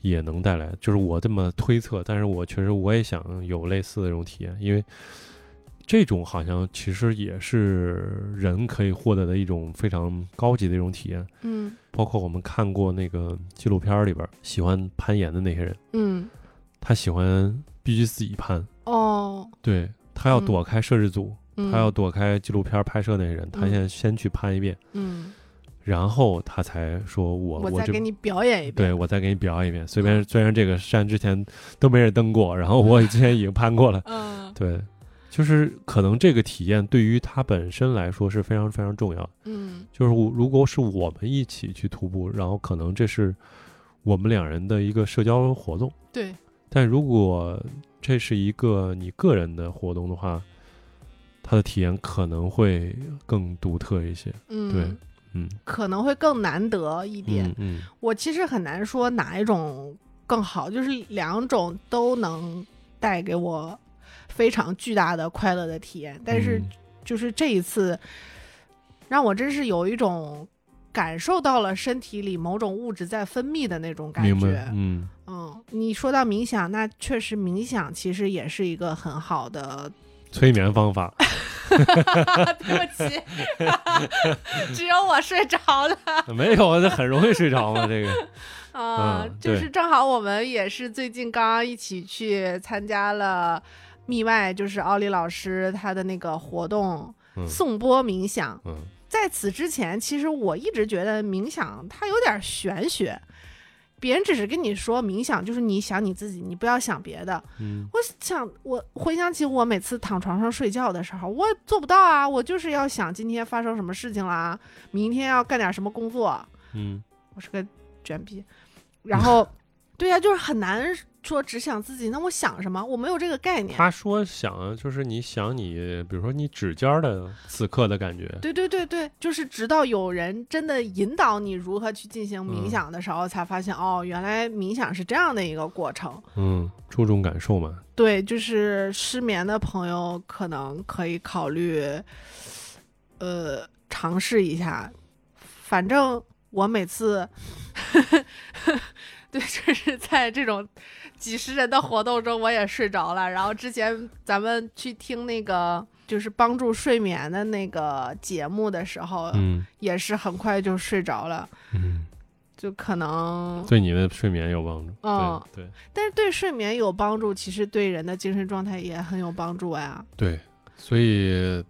也能带来，就是我这么推测，但是我确实我也想有类似的这种体验，因为这种好像其实也是人可以获得的一种非常高级的一种体验。
嗯
包括我们看过那个纪录片儿里边儿喜欢攀岩的那些人，
嗯，
他喜欢必须自己攀，
哦，
对他要
嗯
躲开摄制组，
嗯
他要躲开纪录片儿拍摄那些人，他
嗯
现在先去攀一遍，
嗯，
然后他才说我
我再
这
给你表演一遍，。
对，我再给你表演一遍。虽然虽然这个山之前都没人登过，然后我之前已经攀过了
嗯
对，就是可能这个体验对于他本身来说是非常非常重要的。
嗯
就是我如果是我们一起去徒步，然后可能这是我们两人的一个社交活动。
对，
但如果这是一个你个人的活动的话，它的体验可能会更独特一些。
嗯
对，嗯
可能会更难得一点。
嗯嗯
我其实很难说哪一种更好，就是两种都能带给我非常巨大的快乐的体验。但是
嗯
就是这一次，让我真是有一种感受到了身体里某种物质在分泌的那种感
明白
觉。
嗯
嗯，你说到冥想，那确实冥想其实也是一个很好的
催眠方法。
(laughs) 对不起， (laughs) 只有我睡着了
没有，这很容易睡着嘛。这个，
啊、
嗯
就
对
是正好我们也是最近刚刚一起去参加了密外，就是奥利老师他的那个活动
嗯
颂钵冥想。
嗯
在此之前，其实我一直觉得冥想它有点玄学，别人只是跟你说冥想就是你想你自己，你不要想别的。
嗯
我想，我回想起我每次躺床上睡觉的时候，我做不到啊，我就是要想今天发生什么事情啦，明天要干点什么工作，
嗯
我是个卷逼。然后，对呀、就是很难说只想自己，那我想什么？我没有这个概念。
他说想就是你想你，比如说你指尖儿的此刻的感觉，
对对对对，就是直到有人真的引导你如何去进行冥
嗯
想的时候，才发现哦，原来冥想是这样的一个过程。
嗯，注重感受嘛，
对，就是失眠的朋友可能可以考虑，呃，尝试一下。反正我每次， (laughs) 对，就是在这种几十人的活动中，我也睡着了。然后之前咱们去听那个就是帮助睡眠的那个节目的时候，
嗯
也是很快就睡着了，
嗯，
就可能
对你的睡眠有帮助。
嗯
对
但是对睡眠有帮助，其实对人的精神状态也很有帮助呀。
对对，所以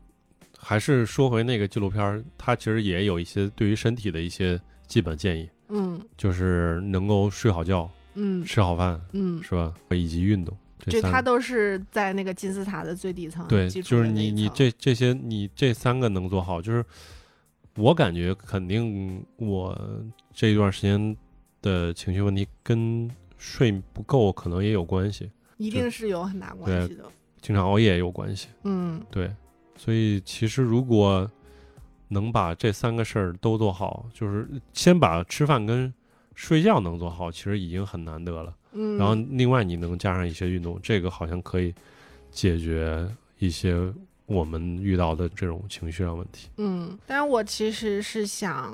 还是说回那个纪录片儿，它其实也有一些对于身体的一些基本建议，
嗯
就是能够睡好觉，
嗯
吃好饭
嗯，
是吧？以及运动，这
就
三
它
个
都是在那个金字塔的最底层，
对，
基础
就是
的那
你
一
你
层
这这些你这三个能做好，就是我感觉肯定我这一段时间的情绪问题跟睡不够可能也有关系，
一定是有很大关
对
系的。
经常熬夜也有关系。
嗯
对，所以其实如果能把这三个事儿都做好，就是先把吃饭跟睡觉能做好，其实已经很难得了。
嗯，
然后另外你能加上一些运动，这个好像可以解决一些我们遇到的这种情绪上问题。
嗯，但是我其实是想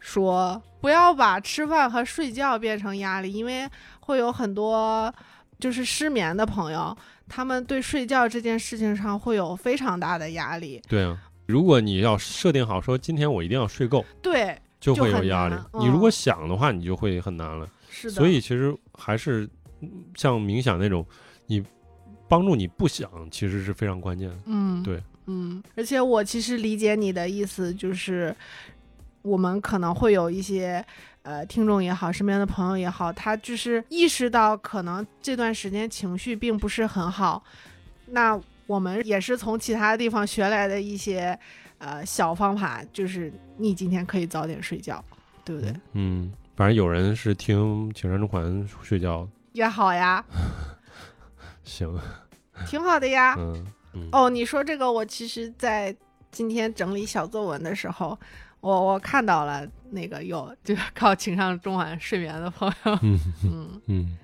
说，不要把吃饭和睡觉变成压力，因为会有很多就是失眠的朋友，他们对睡觉这件事情上会有非常大的压力。
对啊，如果你要设定好说今天我一定要睡够，
对，
就
就
会有
很
压力
难。
你如
嗯
果想的话，你就会很难了。
是的，
所以其实还是嗯像冥想那种，你帮助你不想，其实是非常关键的。
嗯，
对，
嗯，而且我其实理解你的意思，就是我们可能会有一些呃听众也好，身边的朋友也好，他就是意识到可能这段时间情绪并不是很好，那我们也是从其他地方学来的一些呃小方法，就是你今天可以早点睡觉，对不对？
嗯，反正有人是听《情深之环》睡觉，
也好呀，
行，
挺好的呀。
嗯嗯，
哦，你说这个，我其实，在今天整理小作文的时候，我我看到了那个有就是 (laughs) 靠情商中晚睡眠的朋友， (laughs)
嗯
嗯，
嗯，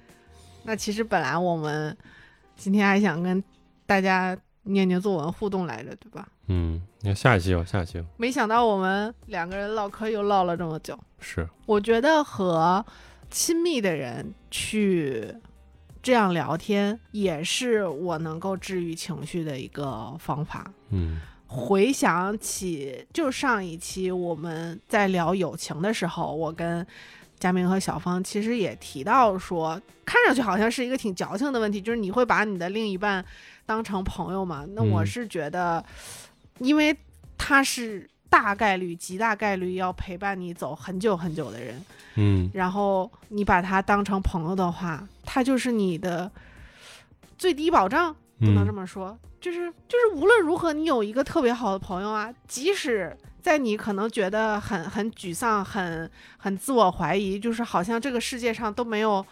那其实本来我们今天还想跟大家念念作文互动来着，对吧？
嗯，你看下一期吧，下一期吧哦
没想到我们两个人唠嗑又唠了这么久，
是，
我觉得和亲密的人去。这样聊天也是我能够治愈情绪的一个方法。
嗯
回想起就上一期我们在聊友情的时候，我跟佳明和小芳其实也提到说，看上去好像是一个挺矫情的问题，就是你会把你的另一半当成朋友吗？那我
嗯
是觉得，因为他是大概率、极大概率要陪伴你走很久很久的人，
嗯
然后你把他当成朋友的话，他就是你的最低保障。不能这
嗯
么说，就是就是无论如何，你有一个特别好的朋友啊，即使在你可能觉得很很沮丧、很很自我怀疑，就是好像这个世界上都没有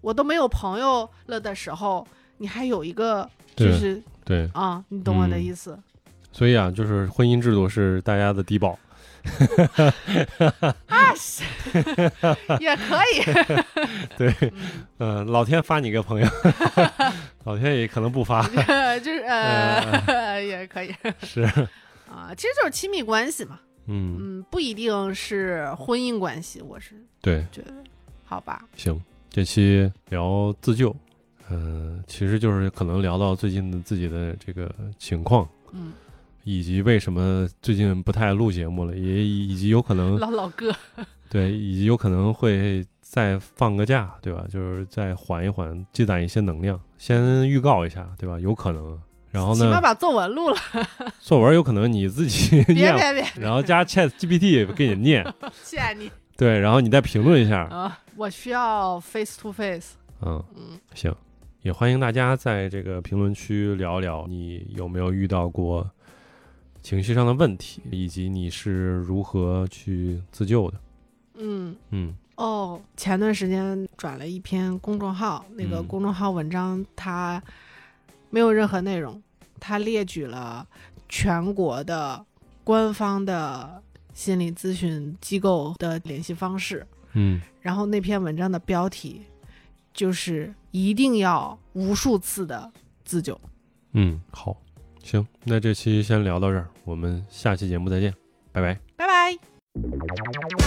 我都没有朋友了的时候，你还有一个就
对
是
对，
啊，你懂我的
嗯
意思。
所以啊，就是婚姻制度是大家的低保， (laughs)
啊， (laughs) 是也可以，
对，
嗯
嗯，老天发你个朋友， (laughs) 老天也可能
(laughs)
不发，
就是
嗯
呃， (laughs) 也可以
是，
啊，其实就是亲密关系嘛，
嗯，
嗯，不一定是婚姻关系，我是
对，
觉得，好吧，
行，这期聊自救，嗯、其实就是可能聊到最近的自己的这个情况，
嗯。
以及为什么最近不太录节目了，也以及有可能
老老哥，
对，以及有可能会再放个假，对吧？就是再缓一缓，积攒一些能量，先预告一下，对吧？有可能，然后
起码
呢，
把作文录了，
作文有可能你自己 (laughs)
别
念了，
别别，
然后加 Chat GPT 给你念，
谢谢你
对，然后你再评论一下，
啊！我需要 face to face。
嗯，
嗯
行，也欢迎大家在这个评论区聊聊，你有没有遇到过情绪上的问题，以及你是如何去自救的。
嗯
嗯
哦，前段时间转了一篇公众号，那个
嗯
公众号文章它没有任何内容，它列举了全国的官方的心理咨询机构的联系方式，
嗯
然后那篇文章的标题就是一定要无数次的自救。
嗯，好，行，那这期先聊到这儿，我们下期节目再见，拜拜。
拜拜。